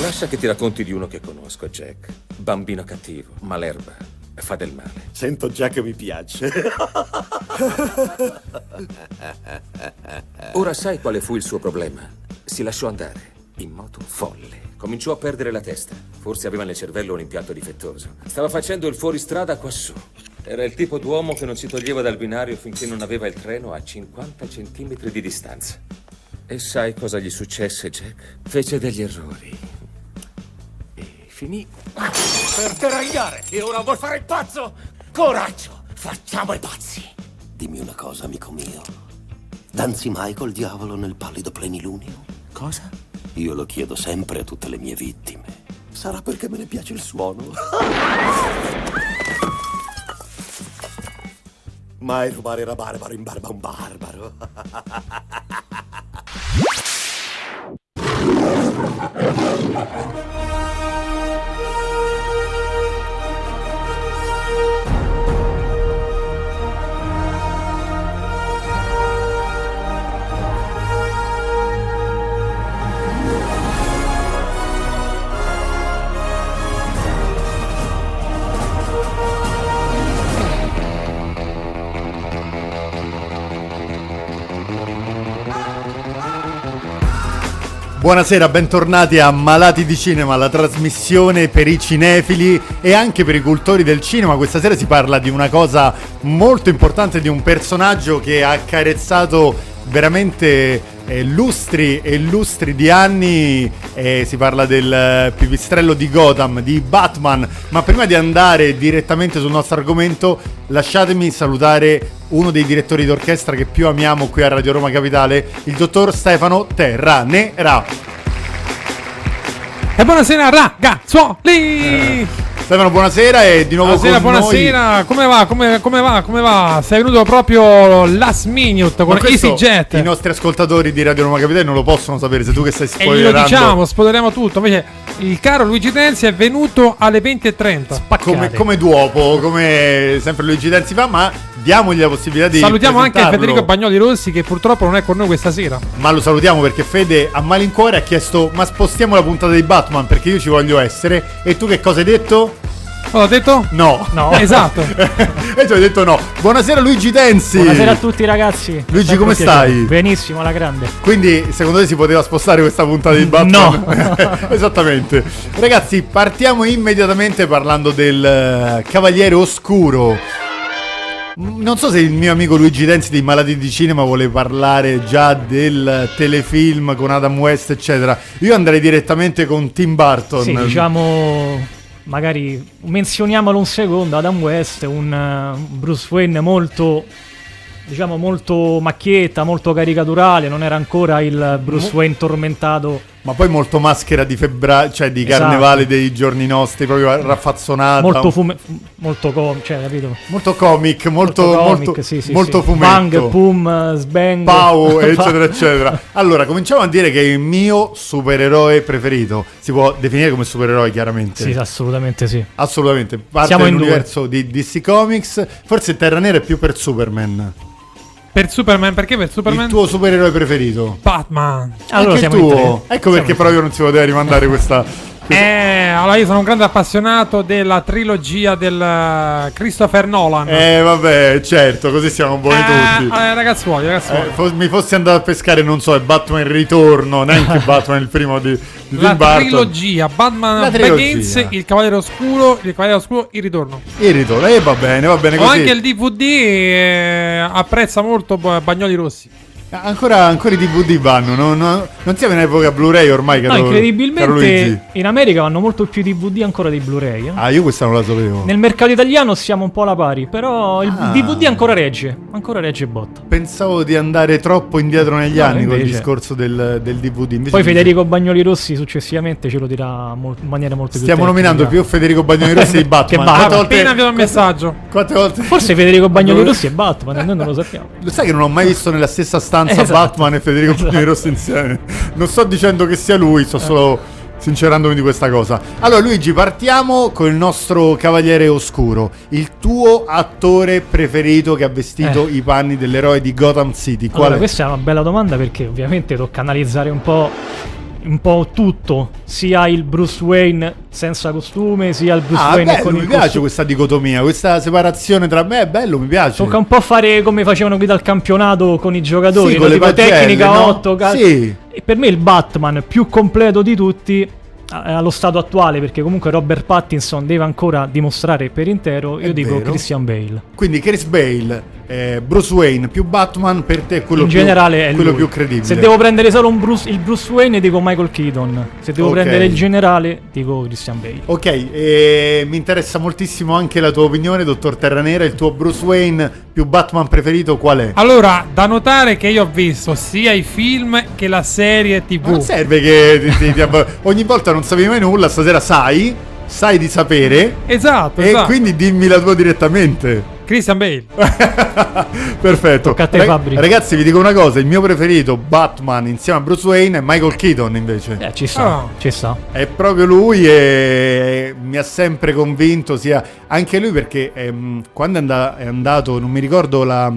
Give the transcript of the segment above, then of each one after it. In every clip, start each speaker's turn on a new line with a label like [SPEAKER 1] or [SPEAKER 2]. [SPEAKER 1] Lascia che ti racconti di uno che conosco, Jack. Bambino cattivo, malerba, fa del male.
[SPEAKER 2] Sento già che mi piace.
[SPEAKER 1] Ora sai quale fu il suo problema? Si lasciò andare, in moto folle. Cominciò a perdere la testa. Forse aveva nel cervello un impianto difettoso. Stava facendo il fuoristrada quassù. Era il tipo d'uomo che non si toglieva dal binario finché non aveva il treno a 50 centimetri di distanza. E sai cosa gli successe, Jack? Fece degli errori. E finì
[SPEAKER 3] Per deragliare! E ora vuol fare il pazzo! Coraggio! Facciamo i pazzi!
[SPEAKER 4] Dimmi una cosa, amico mio. Danzi mai col diavolo nel pallido plenilunio?
[SPEAKER 3] Cosa?
[SPEAKER 4] Io lo chiedo sempre a tutte le mie vittime. Sarà perché me ne piace il suono?
[SPEAKER 2] Mai rubare era barbaro in barba a un barbaro.
[SPEAKER 5] Buonasera, bentornati a Malati di Cinema, la trasmissione per i cinefili e anche per i cultori del cinema. Questa sera si parla di una cosa molto importante, di un personaggio che ha carezzato veramente eh, lustri e lustri di anni. Eh, si parla del eh, pipistrello di Gotham, di Batman. Ma prima di andare direttamente sul nostro argomento, lasciatemi salutare uno dei direttori d'orchestra che più amiamo qui a Radio Roma Capitale, il dottor Stefano Terranera.
[SPEAKER 6] E buonasera ragazzuoli!
[SPEAKER 5] Stefano, buonasera e di nuovo
[SPEAKER 6] Buonasera,
[SPEAKER 5] Eh, con noi.
[SPEAKER 6] buonasera, come va, come, come va, come va? Sei venuto proprio last minute con
[SPEAKER 5] Ma questo
[SPEAKER 6] EasyJet
[SPEAKER 5] I nostri ascoltatori di Radio Roma Capitale non lo possono sapere, se tu che stai
[SPEAKER 6] E glielo
[SPEAKER 5] spoilerando.
[SPEAKER 6] diciamo, spoileriamo tutto Invece il caro Luigi Tenzi è venuto alle 20.30
[SPEAKER 5] Come,
[SPEAKER 6] Spaccate.
[SPEAKER 5] come duopo, come sempre Luigi Denzi fa, ma diamogli la possibilità di
[SPEAKER 6] Salutiamo anche
[SPEAKER 5] presentarlo.
[SPEAKER 6] Federico Bagnoli Rossi che purtroppo non è con noi questa sera
[SPEAKER 5] Ma lo salutiamo perché Fede a malincuore ha chiesto ma spostiamo la puntata di Batman perché io ci voglio essere e tu che cosa hai detto?
[SPEAKER 6] Ho detto?
[SPEAKER 5] No.
[SPEAKER 6] No, esatto.
[SPEAKER 5] e tu hai detto no. Buonasera Luigi Denzi.
[SPEAKER 7] Buonasera a tutti ragazzi. Sempre
[SPEAKER 5] come
[SPEAKER 7] un piacere.
[SPEAKER 5] stai?
[SPEAKER 7] Benissimo, alla grande.
[SPEAKER 5] Quindi secondo te si poteva spostare questa puntata di Batman? No. Esattamente. Ragazzi, partiamo immediatamente parlando del eh, Cavaliere Oscuro. Mm, Non so se il mio amico Luigi Denzi di Malati di Cinema vuole parlare già del telefilm con Adam West, eccetera. Io andrei direttamente con eh, Tim Burton.
[SPEAKER 7] Sì, diciamo magari menzioniamolo un secondo Adam West, un eh, un Bruce Wayne molto diciamo molto macchietta, molto caricaturale, non era ancora il Bruce Wayne tormentato.
[SPEAKER 5] Ma poi molto maschera di febbraio, cioè di
[SPEAKER 7] Esatto.
[SPEAKER 5] carnevale dei giorni nostri, proprio raffazzonata.
[SPEAKER 7] Molto fume, fu- molto com, cioè, capito?
[SPEAKER 5] molto comic, molto,
[SPEAKER 7] comic,
[SPEAKER 5] molto-
[SPEAKER 7] sì, sì,
[SPEAKER 5] molto
[SPEAKER 7] sì.
[SPEAKER 5] fumetto.
[SPEAKER 7] Bang, pum, eh, sbang.
[SPEAKER 5] Pau, eccetera, eccetera. Allora, cominciamo a dire che è il mio supereroe preferito. Si può definire come supereroe, chiaramente.
[SPEAKER 7] Sì, assolutamente sì.
[SPEAKER 5] Assolutamente. Parte
[SPEAKER 7] Siamo in due.
[SPEAKER 5] dell'universo di DC Comics. Forse Terra Nera è più per Superman.
[SPEAKER 6] Per Superman, perché per Superman?
[SPEAKER 5] Il tuo supereroe preferito.
[SPEAKER 6] Batman
[SPEAKER 7] Allora
[SPEAKER 5] Anche
[SPEAKER 7] siamo
[SPEAKER 5] il
[SPEAKER 7] in
[SPEAKER 5] tuo.
[SPEAKER 7] tre.
[SPEAKER 5] Ecco perché proprio non si poteva rimandare questa. questa-
[SPEAKER 6] Eh, allora io sono un grande appassionato della trilogia del eh, Christopher Nolan
[SPEAKER 5] Eh, vabbè, certo, così siamo buoni
[SPEAKER 6] Eh,
[SPEAKER 5] tutti.
[SPEAKER 6] eh, ragazzuoli, ragazzuoli
[SPEAKER 5] Eh, fo- mi fossi andato a pescare, non so, è Batman il ritorno, neanche Batman il primo di, di
[SPEAKER 6] La
[SPEAKER 5] Tim Burton.
[SPEAKER 6] trilogia
[SPEAKER 5] La
[SPEAKER 6] Batman
[SPEAKER 5] trilogia.
[SPEAKER 6] Begins, Il Cavaliere Oscuro, Il Cavaliere Oscuro, Il Ritorno.
[SPEAKER 5] Il ritorno, e va bene, va bene
[SPEAKER 6] Ho
[SPEAKER 5] così.
[SPEAKER 6] anche il DVD e eh, apprezza molto Ba- Bagnoli Rossi.
[SPEAKER 5] Ancora, ancora i DVD vanno, non, non- non siamo in epoca Blu-ray ormai, caro,
[SPEAKER 7] No,
[SPEAKER 5] caro Luigi.
[SPEAKER 7] incredibilmente in America vanno molto più DVD ancora dei Blu-ray, eh.
[SPEAKER 5] Ah, io questa non la sapevo.
[SPEAKER 7] Nel mercato italiano siamo un po' alla pari, però il
[SPEAKER 5] Ah.
[SPEAKER 7] DVD ancora regge, ancora regge botta.
[SPEAKER 5] Pensavo di andare troppo indietro negli
[SPEAKER 7] No,
[SPEAKER 5] anni col
[SPEAKER 7] invece.
[SPEAKER 5] discorso del, del DVD. invece
[SPEAKER 7] Poi
[SPEAKER 5] mi-
[SPEAKER 7] Federico Bagnoli Rossi successivamente ce lo dirà mol- in maniera molto più
[SPEAKER 5] Stiamo nominando più
[SPEAKER 7] tecnica.
[SPEAKER 5] Federico Bagnoni Rossi di Batman.
[SPEAKER 7] Che Batman.
[SPEAKER 5] Quante volte-
[SPEAKER 6] Appena vi do un messaggio.
[SPEAKER 5] Quante volte?
[SPEAKER 7] Forse Federico Bagnoli Rossi è Batman, e noi non lo sappiamo.
[SPEAKER 5] Lo sai che non ho mai visto nella stessa stanza
[SPEAKER 7] Esatto.
[SPEAKER 5] Batman e Federico Bagnoni Rossi insieme. Non sto dicendo che sia lui, sto solo sincerandomi di questa cosa. Allora Luigi, partiamo con il nostro cavaliere oscuro, il tuo attore preferito che ha vestito i panni dell'eroe di Gotham City. Qual
[SPEAKER 7] Eh. Allora,
[SPEAKER 5] è?
[SPEAKER 7] questa è una bella domanda perché ovviamente tocca analizzare un po' un po' tutto, sia il Bruce Wayne senza costume, sia il Bruce
[SPEAKER 5] Ah,
[SPEAKER 7] Wayne
[SPEAKER 5] bello,
[SPEAKER 7] con
[SPEAKER 5] mi
[SPEAKER 7] il
[SPEAKER 5] piace
[SPEAKER 7] costume.
[SPEAKER 5] questa dicotomia, questa separazione tra me è bello, mi piace.
[SPEAKER 7] Tocca un po' fare come facevano qui dal campionato con i giocatori,
[SPEAKER 5] Sì,
[SPEAKER 7] no?
[SPEAKER 5] con le
[SPEAKER 7] tipo
[SPEAKER 5] pagelle,
[SPEAKER 7] tecnica
[SPEAKER 5] no?
[SPEAKER 7] 8, cal-
[SPEAKER 5] Sì.
[SPEAKER 7] E per me il Batman più completo di tutti eh, allo stato attuale, perché comunque Robert Pattinson deve ancora dimostrare per intero, io
[SPEAKER 5] È
[SPEAKER 7] dico
[SPEAKER 5] vero.
[SPEAKER 7] Christian Bale.
[SPEAKER 5] Quindi Chris Bale, eh, Bruce Wayne più Batman per te è quello
[SPEAKER 7] in
[SPEAKER 5] più,
[SPEAKER 7] generale è
[SPEAKER 5] quello
[SPEAKER 7] lui.
[SPEAKER 5] più credibile.
[SPEAKER 7] Se devo prendere solo un Bruce, il Bruce Wayne, dico Michael Keaton. Se devo
[SPEAKER 5] Ok.
[SPEAKER 7] prendere il generale, dico Christian Bale.
[SPEAKER 5] Ok, e mi interessa moltissimo anche la tua opinione, dottor Terranera, il tuo Bruce Wayne più Batman preferito qual
[SPEAKER 7] Ah,
[SPEAKER 5] è?
[SPEAKER 6] Allora, da notare che io ho visto sia i film che la serie
[SPEAKER 5] Ma non
[SPEAKER 6] TV.
[SPEAKER 5] serve che ti- ti- ti ab- ogni volta non sapevi mai nulla, stasera sai, sai di sapere
[SPEAKER 6] Esatto,
[SPEAKER 5] e
[SPEAKER 6] esatto.
[SPEAKER 5] quindi dimmi la tua direttamente.
[SPEAKER 6] Christian Bale.
[SPEAKER 5] Perfetto.
[SPEAKER 7] Tocca a te, Fabri.
[SPEAKER 5] Ragazzi, vi dico una cosa, il mio preferito Batman insieme a Bruce Wayne è Michael Keaton invece.
[SPEAKER 7] Eh, ci sta,
[SPEAKER 6] Ah.
[SPEAKER 7] ci sta.
[SPEAKER 5] È proprio lui e mi ha sempre convinto, sia anche lui perché ehm, quando è, anda- è andato, non mi ricordo la-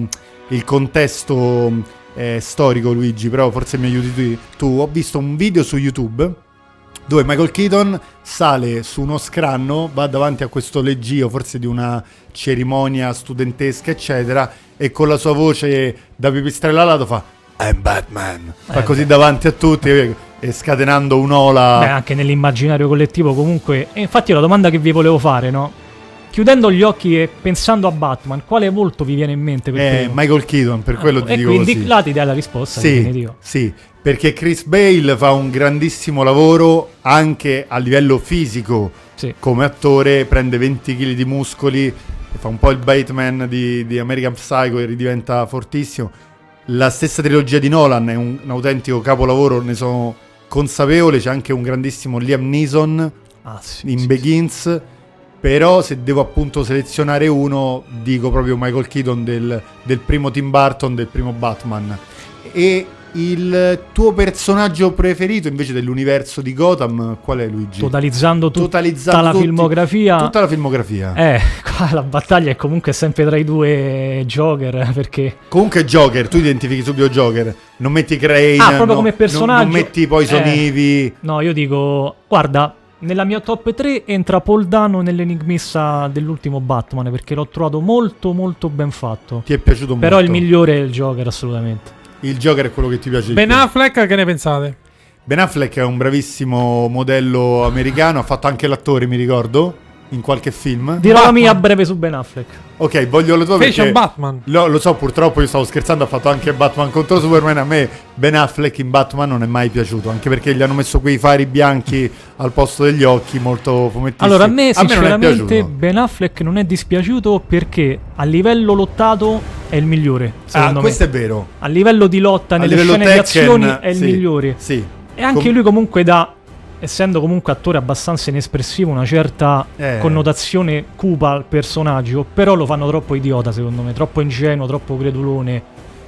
[SPEAKER 5] il contesto eh, storico Luigi, però forse mi aiuti tu, tu, ho visto un video su YouTube dove Michael Keaton sale su uno scranno, va davanti a questo leggio, forse di una cerimonia studentesca, eccetera, e con la sua voce da pipistrello alato fa I'm Batman, fa così davanti a tutti e e scatenando un'ola...
[SPEAKER 7] Beh, anche nell'immaginario collettivo, comunque. E infatti, la domanda che vi volevo fare, no? Chiudendo gli occhi e pensando a Batman, quale volto vi viene in mente per
[SPEAKER 5] Eh,
[SPEAKER 7] primo?
[SPEAKER 5] Michael Keaton, per quello ti
[SPEAKER 7] e
[SPEAKER 5] dico
[SPEAKER 7] quindi
[SPEAKER 5] così.
[SPEAKER 7] là ti dai la risposta, in
[SPEAKER 5] Sì,
[SPEAKER 7] definitivo.
[SPEAKER 5] sì, perché Chris Bale fa un grandissimo lavoro anche a livello fisico
[SPEAKER 7] Sì.
[SPEAKER 5] come attore, prende 20 kg di muscoli, e fa un po' il Batman di, di American Psycho e ridiventa fortissimo. La stessa trilogia di Nolan è un, un autentico capolavoro, ne sono consapevole, c'è anche un grandissimo Liam Neeson
[SPEAKER 7] Ah, sì,
[SPEAKER 5] in
[SPEAKER 7] sì, sì.
[SPEAKER 5] Begins. Però se devo appunto selezionare uno, dico proprio Michael Keaton del, del primo Tim Burton, del primo Batman. E il tuo personaggio preferito invece dell'universo di Gotham, qual è Luigi?
[SPEAKER 7] Totalizzando tut-
[SPEAKER 5] Totalizzando
[SPEAKER 7] tutta la
[SPEAKER 5] tutti-
[SPEAKER 7] filmografia.
[SPEAKER 5] Tutta la filmografia.
[SPEAKER 7] Eh, qua la battaglia è comunque sempre tra i due Joker, perché
[SPEAKER 5] Comunque Joker, tu identifichi subito Joker, non metti Crane,
[SPEAKER 7] Ah, proprio
[SPEAKER 5] no-
[SPEAKER 7] come
[SPEAKER 5] non-
[SPEAKER 7] personaggio?
[SPEAKER 5] non, metti poi
[SPEAKER 7] Eh.
[SPEAKER 5] Sonivi.
[SPEAKER 7] No, io dico, guarda, nella mia top 3 entra Paul Dano nell'enigmista dell'ultimo Batman perché l'ho trovato molto molto ben fatto.
[SPEAKER 5] Ti è piaciuto molto.
[SPEAKER 7] Però il migliore è il Joker assolutamente.
[SPEAKER 5] Il Joker è quello che ti piace di
[SPEAKER 6] Ben
[SPEAKER 5] più.
[SPEAKER 6] Affleck, che ne pensate?
[SPEAKER 5] Ben Affleck è un bravissimo modello americano, ha fatto anche l'attore, mi ricordo, in qualche film.
[SPEAKER 7] Dirò la mia a breve su Ben Affleck.
[SPEAKER 5] Ok, voglio la tua
[SPEAKER 6] Fece
[SPEAKER 5] perché...
[SPEAKER 6] un Batman.
[SPEAKER 5] Lo, lo so, purtroppo io stavo scherzando, ha fatto anche Batman contro Superman. A me Ben Affleck in Batman non è mai piaciuto, anche perché gli hanno messo quei fari bianchi al posto degli occhi, molto fumettisti.
[SPEAKER 7] Allora, a me
[SPEAKER 5] non è
[SPEAKER 7] sinceramente
[SPEAKER 5] piaciuto.
[SPEAKER 7] Ben Affleck non è dispiaciuto perché a livello lottato è il migliore,
[SPEAKER 5] Ah,
[SPEAKER 7] secondo me.
[SPEAKER 5] questo è vero.
[SPEAKER 7] A livello di lotta
[SPEAKER 5] A
[SPEAKER 7] nelle
[SPEAKER 5] livello
[SPEAKER 7] scene di
[SPEAKER 5] Tekken,
[SPEAKER 7] azioni è il
[SPEAKER 5] sì,
[SPEAKER 7] migliore.
[SPEAKER 5] Sì.
[SPEAKER 7] E anche
[SPEAKER 5] Com-
[SPEAKER 7] lui comunque da, essendo comunque attore abbastanza inespressivo, una certa
[SPEAKER 5] Eh.
[SPEAKER 7] connotazione cupa al personaggio, però lo fanno troppo idiota secondo me, troppo ingenuo, troppo credulone.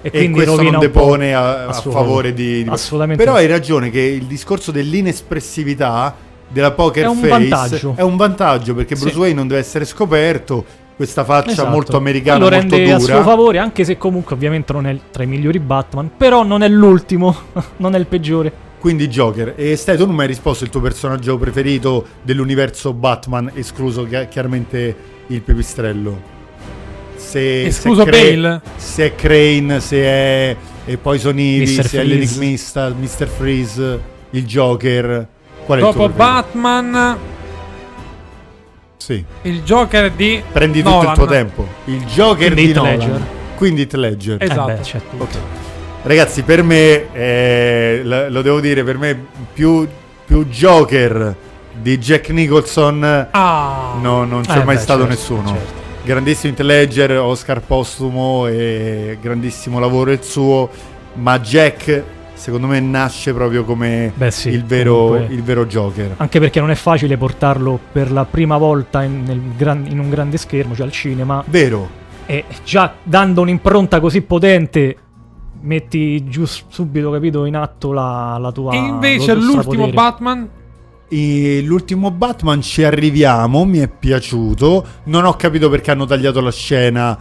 [SPEAKER 7] E,
[SPEAKER 5] E
[SPEAKER 7] quindi
[SPEAKER 5] questo
[SPEAKER 7] rovina
[SPEAKER 5] non
[SPEAKER 7] un po'
[SPEAKER 5] depone a, a
[SPEAKER 7] a suo
[SPEAKER 5] favore di, di-
[SPEAKER 7] Assolutamente.
[SPEAKER 5] Però
[SPEAKER 7] no.
[SPEAKER 5] hai ragione che il discorso dell'inespressività della poker
[SPEAKER 7] È un
[SPEAKER 5] face
[SPEAKER 7] vantaggio.
[SPEAKER 5] è un vantaggio perché Bruce
[SPEAKER 7] Sì.
[SPEAKER 5] Wayne non deve essere scoperto, questa faccia
[SPEAKER 7] Esatto.
[SPEAKER 5] molto americana,
[SPEAKER 7] lo
[SPEAKER 5] molto
[SPEAKER 7] rende
[SPEAKER 5] dura.
[SPEAKER 7] a suo favore, anche se comunque ovviamente non è tra i migliori Batman, però non è l'ultimo, non è il peggiore.
[SPEAKER 5] Quindi Joker, e Stai, tu non mi hai risposto il tuo personaggio preferito dell'universo Batman, escluso chi- chiaramente il pipistrello. Se,
[SPEAKER 6] Escluso
[SPEAKER 5] se Cra-
[SPEAKER 6] Bale?
[SPEAKER 5] Se è Crane, se è e Poison Ivy,
[SPEAKER 7] Mr.
[SPEAKER 5] se è
[SPEAKER 7] Freeze.
[SPEAKER 5] l'enigmista, Mr. Freeze, il Joker. Qual è il tuo
[SPEAKER 6] Dopo
[SPEAKER 5] preferito?
[SPEAKER 6] Batman,
[SPEAKER 5] Sì.
[SPEAKER 6] il Joker di.
[SPEAKER 5] Prendi tutto il
[SPEAKER 6] Nolan.
[SPEAKER 5] tuo tempo. Il Joker
[SPEAKER 7] Quindi
[SPEAKER 5] di
[SPEAKER 7] Heath
[SPEAKER 5] Nolan.
[SPEAKER 7] Ledger.
[SPEAKER 5] Quindi Heath Ledger.
[SPEAKER 6] Esatto.
[SPEAKER 7] Eh beh, c'è tutto.
[SPEAKER 5] Ragazzi, per me, eh, l- lo devo dire, per me più, più Joker di Jack Nicholson
[SPEAKER 6] Ah,
[SPEAKER 5] no, non c'è
[SPEAKER 7] Eh,
[SPEAKER 5] mai
[SPEAKER 7] beh,
[SPEAKER 5] stato
[SPEAKER 7] certo,
[SPEAKER 5] nessuno.
[SPEAKER 7] certo.
[SPEAKER 5] Grandissimo Heath Ledger, Oscar postumo e grandissimo lavoro il suo, ma Jack secondo me nasce proprio come
[SPEAKER 7] Beh, sì,
[SPEAKER 5] il, vero,
[SPEAKER 7] comunque.
[SPEAKER 5] il vero Joker.
[SPEAKER 7] Anche perché non è facile portarlo per la prima volta in, nel gran- in un grande schermo, cioè al cinema,
[SPEAKER 5] Vero,
[SPEAKER 7] E già dando un'impronta così potente, metti giù s- subito, capito, in atto la, la tua.
[SPEAKER 6] E invece
[SPEAKER 7] lo tuo
[SPEAKER 6] l'ultimo
[SPEAKER 7] strapotere.
[SPEAKER 6] Batman.
[SPEAKER 5] E l'ultimo Batman ci arriviamo, mi è piaciuto. Non ho capito perché hanno tagliato la scena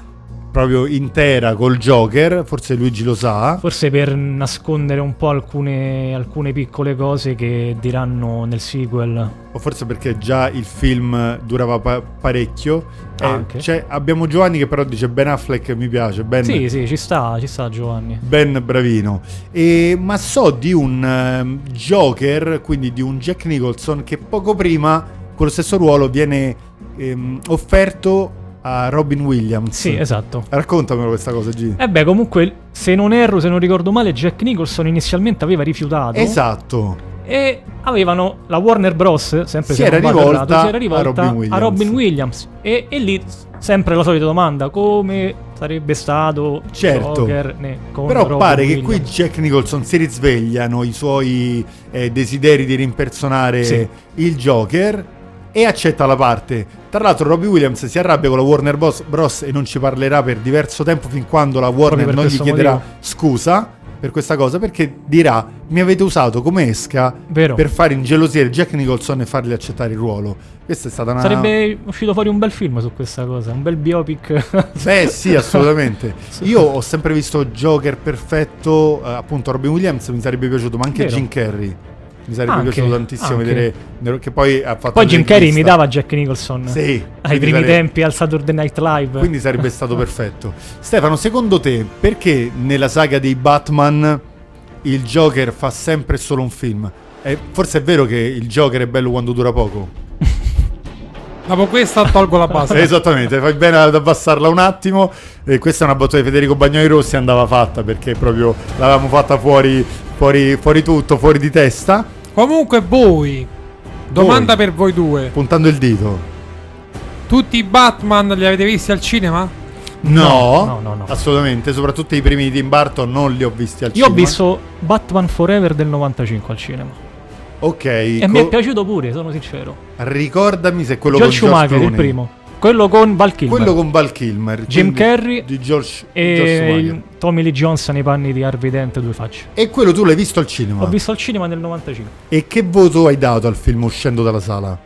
[SPEAKER 5] proprio intera col Joker, forse Luigi lo sa.
[SPEAKER 7] Forse per nascondere un po' alcune, alcune piccole cose che diranno nel sequel.
[SPEAKER 5] O forse perché già il film durava pa- parecchio. Eh,
[SPEAKER 7] Anche.
[SPEAKER 5] c'è- abbiamo Giovanni che però dice Ben Affleck mi piace, Ben,
[SPEAKER 7] Sì, sì, ci sta, ci sta Giovanni.
[SPEAKER 5] ben bravino. E- ma so di un ehm, Joker, quindi di un Jack Nicholson che poco prima, con lo stesso ruolo, viene ehm, offerto a Robin Williams.
[SPEAKER 7] Sì, esatto.
[SPEAKER 5] Raccontamelo questa cosa, G.
[SPEAKER 7] E beh, comunque, se non erro, se non ricordo male, Jack Nicholson inizialmente aveva rifiutato.
[SPEAKER 5] Esatto.
[SPEAKER 7] E avevano la Warner Bros. Sempre
[SPEAKER 5] Si
[SPEAKER 7] se non
[SPEAKER 5] era
[SPEAKER 7] vado
[SPEAKER 5] rivolta
[SPEAKER 7] errato, si era
[SPEAKER 5] a
[SPEAKER 7] rivolta
[SPEAKER 5] Robin Williams.
[SPEAKER 7] Robin Williams. E, e lì s- sempre la solita domanda: come sarebbe stato
[SPEAKER 5] Certo.
[SPEAKER 7] Joker ne- con
[SPEAKER 5] Però
[SPEAKER 7] Robin
[SPEAKER 5] pare che qui
[SPEAKER 7] Williams?
[SPEAKER 5] Jack Nicholson si risvegliano i suoi eh, desideri di rimpersonare
[SPEAKER 7] Sì.
[SPEAKER 5] il Joker e accetta la parte. Tra l'altro Robbie Williams si arrabbia con la Warner Bros, Bros e non ci parlerà per diverso tempo fin quando la
[SPEAKER 7] Proprio
[SPEAKER 5] Warner
[SPEAKER 7] per
[SPEAKER 5] non gli
[SPEAKER 7] questo
[SPEAKER 5] chiederà
[SPEAKER 7] motivo.
[SPEAKER 5] scusa per questa cosa perché dirà mi avete usato come esca
[SPEAKER 7] Vero.
[SPEAKER 5] per far ingelosire Jack Nicholson e fargli accettare il ruolo. Questa è stata una
[SPEAKER 7] Sarebbe uscito fuori un bel film su questa cosa, un bel biopic.
[SPEAKER 5] Beh, sì, assolutamente. Io ho sempre visto Joker perfetto, eh, appunto Robin Williams mi sarebbe piaciuto, ma anche
[SPEAKER 7] Vero.
[SPEAKER 5] Jim Carrey. Mi sarebbe
[SPEAKER 7] Anche,
[SPEAKER 5] piaciuto tantissimo
[SPEAKER 7] anche.
[SPEAKER 5] vedere che poi ha fatto
[SPEAKER 7] Poi
[SPEAKER 5] il
[SPEAKER 7] Jim Carrey
[SPEAKER 5] regista.
[SPEAKER 7] imitava Jack Nicholson
[SPEAKER 5] Sì,
[SPEAKER 7] ai
[SPEAKER 5] quindi
[SPEAKER 7] primi
[SPEAKER 5] sare-
[SPEAKER 7] tempi al Saturday Night Live.
[SPEAKER 5] Quindi sarebbe stato perfetto. Stefano, secondo te perché nella saga dei Batman il Joker fa sempre solo un film? Eh, forse è vero che il Joker è bello quando dura poco.
[SPEAKER 6] Dopo questa tolgo la base.
[SPEAKER 5] Esatto. Esattamente, fai bene ad abbassarla un attimo. Eh, questa è una battuta di Federico Bagnoli Rossi, andava fatta perché proprio l'avevamo fatta fuori, fuori, fuori tutto, fuori di testa,
[SPEAKER 6] Comunque voi, domanda per voi due.
[SPEAKER 5] puntando il dito.
[SPEAKER 6] Tutti i Batman li avete visti al cinema?
[SPEAKER 5] No,
[SPEAKER 7] no, no, no.
[SPEAKER 5] assolutamente, soprattutto i primi di Tim Burton non li ho visti al
[SPEAKER 7] Io ho
[SPEAKER 5] cinema.
[SPEAKER 7] visto Batman Forever del 95 al cinema.
[SPEAKER 5] Ok,
[SPEAKER 7] E mi è
[SPEAKER 5] co-
[SPEAKER 7] piaciuto pure, sono sincero.
[SPEAKER 5] ricordami se quello
[SPEAKER 7] George
[SPEAKER 5] con George
[SPEAKER 7] Schumacher, il
[SPEAKER 5] Clooney.
[SPEAKER 7] primo. Quello con Val Kilmer.
[SPEAKER 5] Quello con Val Kilmer,
[SPEAKER 7] Jim
[SPEAKER 5] quindi
[SPEAKER 7] Carrey
[SPEAKER 5] di George, George
[SPEAKER 7] e
[SPEAKER 5] Schumacher.
[SPEAKER 7] il Tommy Lee Jones nei panni di Harvey Dent, due facce.
[SPEAKER 5] E quello tu l'hai visto al cinema.
[SPEAKER 7] Ho visto al cinema nel 95.
[SPEAKER 5] E che voto hai dato al film uscendo dalla sala?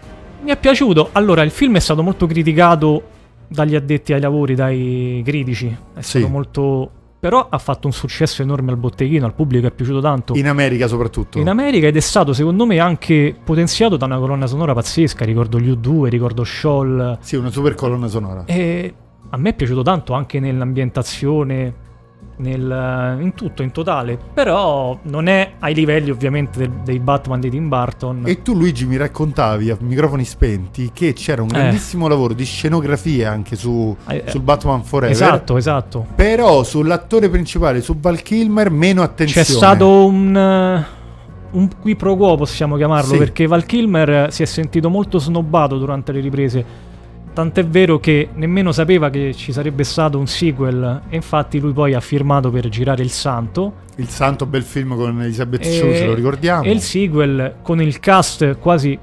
[SPEAKER 7] Mi è piaciuto. Allora, il film è stato molto criticato dagli addetti ai lavori, dai critici. È
[SPEAKER 5] Sì.
[SPEAKER 7] stato molto. Però ha fatto un successo enorme al botteghino, al pubblico è piaciuto tanto.
[SPEAKER 5] In America soprattutto.
[SPEAKER 7] In America ed è stato secondo me anche potenziato da una colonna sonora pazzesca, ricordo gli U2, ricordo Scholl.
[SPEAKER 5] Sì, una super colonna sonora.
[SPEAKER 7] E a me è piaciuto tanto anche nell'ambientazione, nel- in tutto, in totale. Però non è ai livelli ovviamente del- dei Batman di Tim Burton.
[SPEAKER 5] E tu Luigi mi raccontavi a microfoni spenti che c'era un grandissimo lavoro di scenografia anche su,
[SPEAKER 7] Eh, eh.
[SPEAKER 5] sul Batman Forever.
[SPEAKER 7] esatto, esatto.
[SPEAKER 5] Però sull'attore principale, su Val Kilmer, meno attenzione.
[SPEAKER 7] C'è stato un, eh, un qui pro quo, possiamo chiamarlo,
[SPEAKER 5] Sì.
[SPEAKER 7] perché Val Kilmer eh, si è sentito molto snobbato durante le riprese. Tant'è vero che nemmeno sapeva che ci sarebbe stato un sequel, e infatti lui poi ha firmato per girare Il Santo.
[SPEAKER 5] Il santo bel film con Elizabeth
[SPEAKER 7] e-
[SPEAKER 5] Shue, ce lo ricordiamo.
[SPEAKER 7] E il sequel, con il cast quasi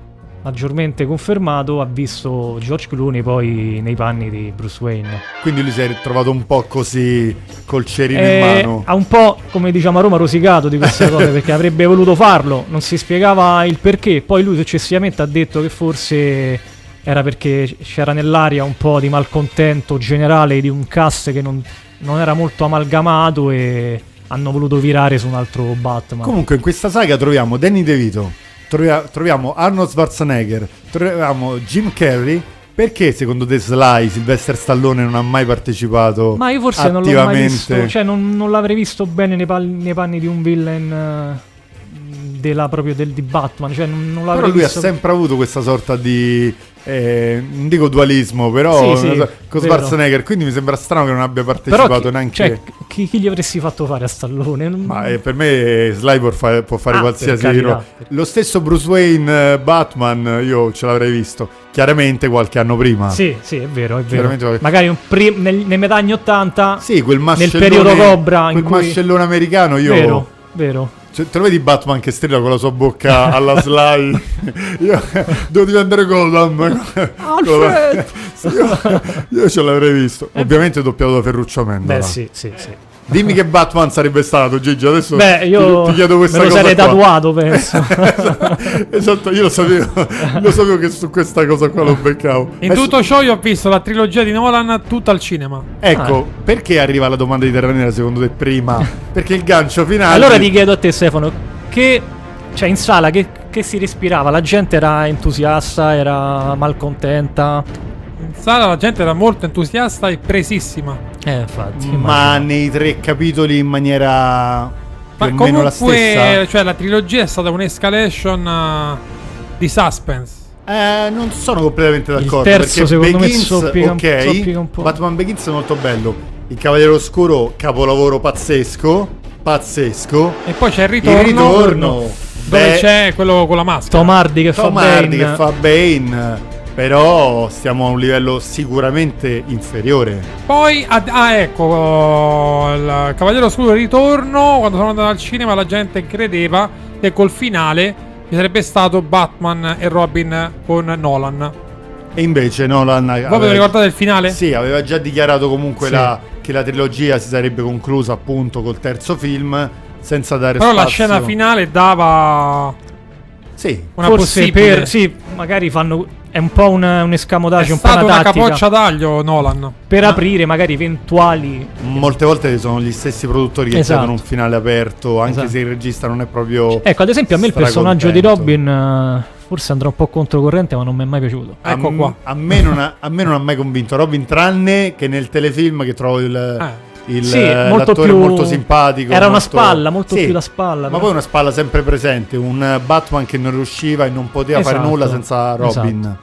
[SPEAKER 7] maggiormente confermato, ha visto George Clooney poi nei panni di Bruce Wayne.
[SPEAKER 5] Quindi lui si è trovato un po' così col cerino in
[SPEAKER 7] Eh,
[SPEAKER 5] mano.
[SPEAKER 7] ha un po', come diciamo a Roma, rosicato di queste cose perché avrebbe voluto farlo, non si spiegava il perché. Poi lui successivamente ha detto che forse era perché c- c'era nell'aria un po' di malcontento generale di un cast che non, non era molto amalgamato e hanno voluto virare su un altro Batman.
[SPEAKER 5] Ah. Comunque in questa saga troviamo Danny DeVito, trovia- troviamo Arnold Schwarzenegger, troviamo Jim Carrey. Perché secondo te Sly, Sylvester Stallone non ha mai partecipato
[SPEAKER 7] Ma io forse non
[SPEAKER 5] attivamente?
[SPEAKER 7] l'ho mai visto, cioè non, non l'avrei visto bene nei, pal- nei panni di un villain eh, della, proprio del, di Batman, cioè non, non l'avrei
[SPEAKER 5] Però lui ha
[SPEAKER 7] visto.
[SPEAKER 5] sempre avuto questa sorta di. eh, non dico dualismo, però
[SPEAKER 7] Sì, sì,
[SPEAKER 5] una so- con
[SPEAKER 7] vero.
[SPEAKER 5] Schwarzenegger. Quindi mi sembra strano che non abbia
[SPEAKER 7] Però
[SPEAKER 5] partecipato
[SPEAKER 7] chi,
[SPEAKER 5] neanche.
[SPEAKER 7] cioè, chi, chi gli avresti fatto fare a Stallone? Non-
[SPEAKER 5] Ma eh, per me eh, Sly può fare, può fare
[SPEAKER 7] Ah,
[SPEAKER 5] qualsiasi
[SPEAKER 7] per carità,
[SPEAKER 5] ruolo.
[SPEAKER 7] per-
[SPEAKER 5] Lo stesso Bruce Wayne eh, Batman, eh, io ce l'avrei visto. Chiaramente qualche anno prima.
[SPEAKER 7] Sì, sì, è vero, è vero.
[SPEAKER 5] Veramente-
[SPEAKER 7] Magari un pri- nel, nei metà anni 80
[SPEAKER 5] Sì, quel
[SPEAKER 7] nel
[SPEAKER 5] mascellone
[SPEAKER 7] periodo Cobra
[SPEAKER 5] Quel
[SPEAKER 7] in cui
[SPEAKER 5] mascellone americano io
[SPEAKER 7] vero, vero.
[SPEAKER 5] Cioè, te lo vedi Batman che strilla con la sua bocca alla Sly? io devo diventare Gotham.
[SPEAKER 7] Alfred!
[SPEAKER 5] io, io ce l'avrei visto. Ovviamente doppiato da Ferruccio Mendola.
[SPEAKER 7] Beh, Eh. sì, sì, sì.
[SPEAKER 5] Dimmi che Batman sarebbe stato, Gigi. Adesso
[SPEAKER 7] Beh, io
[SPEAKER 5] ti, ti chiedo questa
[SPEAKER 7] me lo
[SPEAKER 5] cosa.
[SPEAKER 7] sarei
[SPEAKER 5] qua. Ah,
[SPEAKER 7] tatuato, penso.
[SPEAKER 5] Esatto, io lo sapevo. lo sapevo che su questa cosa qua lo beccavo.
[SPEAKER 6] In
[SPEAKER 5] Adesso-
[SPEAKER 6] tutto ciò io ho visto la trilogia di Nolan tutta al cinema.
[SPEAKER 5] Ecco, perché arriva la domanda di Terranera secondo te prima? perché il gancio finale.
[SPEAKER 7] allora ti chiedo a te, Stefano, che cioè in sala che, che si respirava? La gente era entusiasta, era malcontenta.
[SPEAKER 6] In sala la gente era molto entusiasta e presissima.
[SPEAKER 7] Eh, infatti.
[SPEAKER 5] Ma nei tre capitoli in maniera più
[SPEAKER 6] Ma
[SPEAKER 5] o meno la
[SPEAKER 6] comunque,
[SPEAKER 5] stessa.
[SPEAKER 6] cioè, la trilogia è stata un'escalation eh, di suspense.
[SPEAKER 5] Eh, non sono completamente d'accordo.
[SPEAKER 7] terzo,
[SPEAKER 5] perché
[SPEAKER 7] secondo me,
[SPEAKER 5] Begins,
[SPEAKER 7] zoppica un-
[SPEAKER 5] ok,
[SPEAKER 7] zoppica un po'.
[SPEAKER 5] Batman Begins è molto bello. Il Cavaliere Oscuro, capolavoro pazzesco. Pazzesco.
[SPEAKER 6] E poi c'è il
[SPEAKER 5] Il
[SPEAKER 6] ritorno.
[SPEAKER 5] ritorno.
[SPEAKER 6] Dove
[SPEAKER 5] beh,
[SPEAKER 6] c'è quello con la maschera.
[SPEAKER 7] Tom Hardy che
[SPEAKER 5] Tom
[SPEAKER 7] fa
[SPEAKER 5] Hardy
[SPEAKER 7] Bane.
[SPEAKER 5] che fa Bane. Però stiamo a un livello sicuramente inferiore.
[SPEAKER 6] Poi, ad- ah, ecco, oh, il Cavaliere Oscuro ritorno. Quando sono andato al cinema, la gente credeva che col finale ci sarebbe stato Batman e Robin con Nolan.
[SPEAKER 5] E invece Nolan.
[SPEAKER 6] Voi ve lo
[SPEAKER 5] aveva-
[SPEAKER 6] ricordate il finale?
[SPEAKER 5] Sì, aveva già dichiarato comunque
[SPEAKER 6] Sì.
[SPEAKER 5] la- che la trilogia si sarebbe conclusa appunto col terzo film. Senza dare
[SPEAKER 6] Però la
[SPEAKER 5] spazio-
[SPEAKER 6] scena finale dava
[SPEAKER 5] Sì,
[SPEAKER 6] una
[SPEAKER 7] Forse
[SPEAKER 6] possibile.
[SPEAKER 7] per sì, magari fanno è un po' un, un
[SPEAKER 6] è
[SPEAKER 7] escamotage, un po'
[SPEAKER 6] stata
[SPEAKER 7] una
[SPEAKER 6] una
[SPEAKER 7] tattica
[SPEAKER 6] capoccia d'aglio Nolan.
[SPEAKER 7] per aprire magari eventuali
[SPEAKER 5] Molte volte sono gli stessi produttori che
[SPEAKER 7] Esatto.
[SPEAKER 5] chiedono un finale aperto, anche
[SPEAKER 7] Esatto.
[SPEAKER 5] se il regista non è proprio.
[SPEAKER 7] Ecco, ad esempio a me il personaggio di
[SPEAKER 5] stracontento.
[SPEAKER 7] Robin eh, forse andrà un po' controcorrente, ma non mi è mai piaciuto.
[SPEAKER 5] A
[SPEAKER 6] Ecco
[SPEAKER 5] m-
[SPEAKER 6] qua.
[SPEAKER 5] A me, non ha, a me non ha mai convinto Robin, tranne che nel telefilm che trovo il. il-
[SPEAKER 7] Ah. Sì,
[SPEAKER 5] eh,
[SPEAKER 7] molto
[SPEAKER 5] l'attore
[SPEAKER 7] più-
[SPEAKER 5] molto simpatico.
[SPEAKER 7] era una
[SPEAKER 5] molto-
[SPEAKER 7] spalla, molto
[SPEAKER 5] Sì,
[SPEAKER 7] più la spalla,
[SPEAKER 5] Ma
[SPEAKER 7] però.
[SPEAKER 5] poi una spalla sempre presente. Un eh, Batman che non riusciva e non poteva fare
[SPEAKER 7] Esatto,
[SPEAKER 5] nulla senza Robin.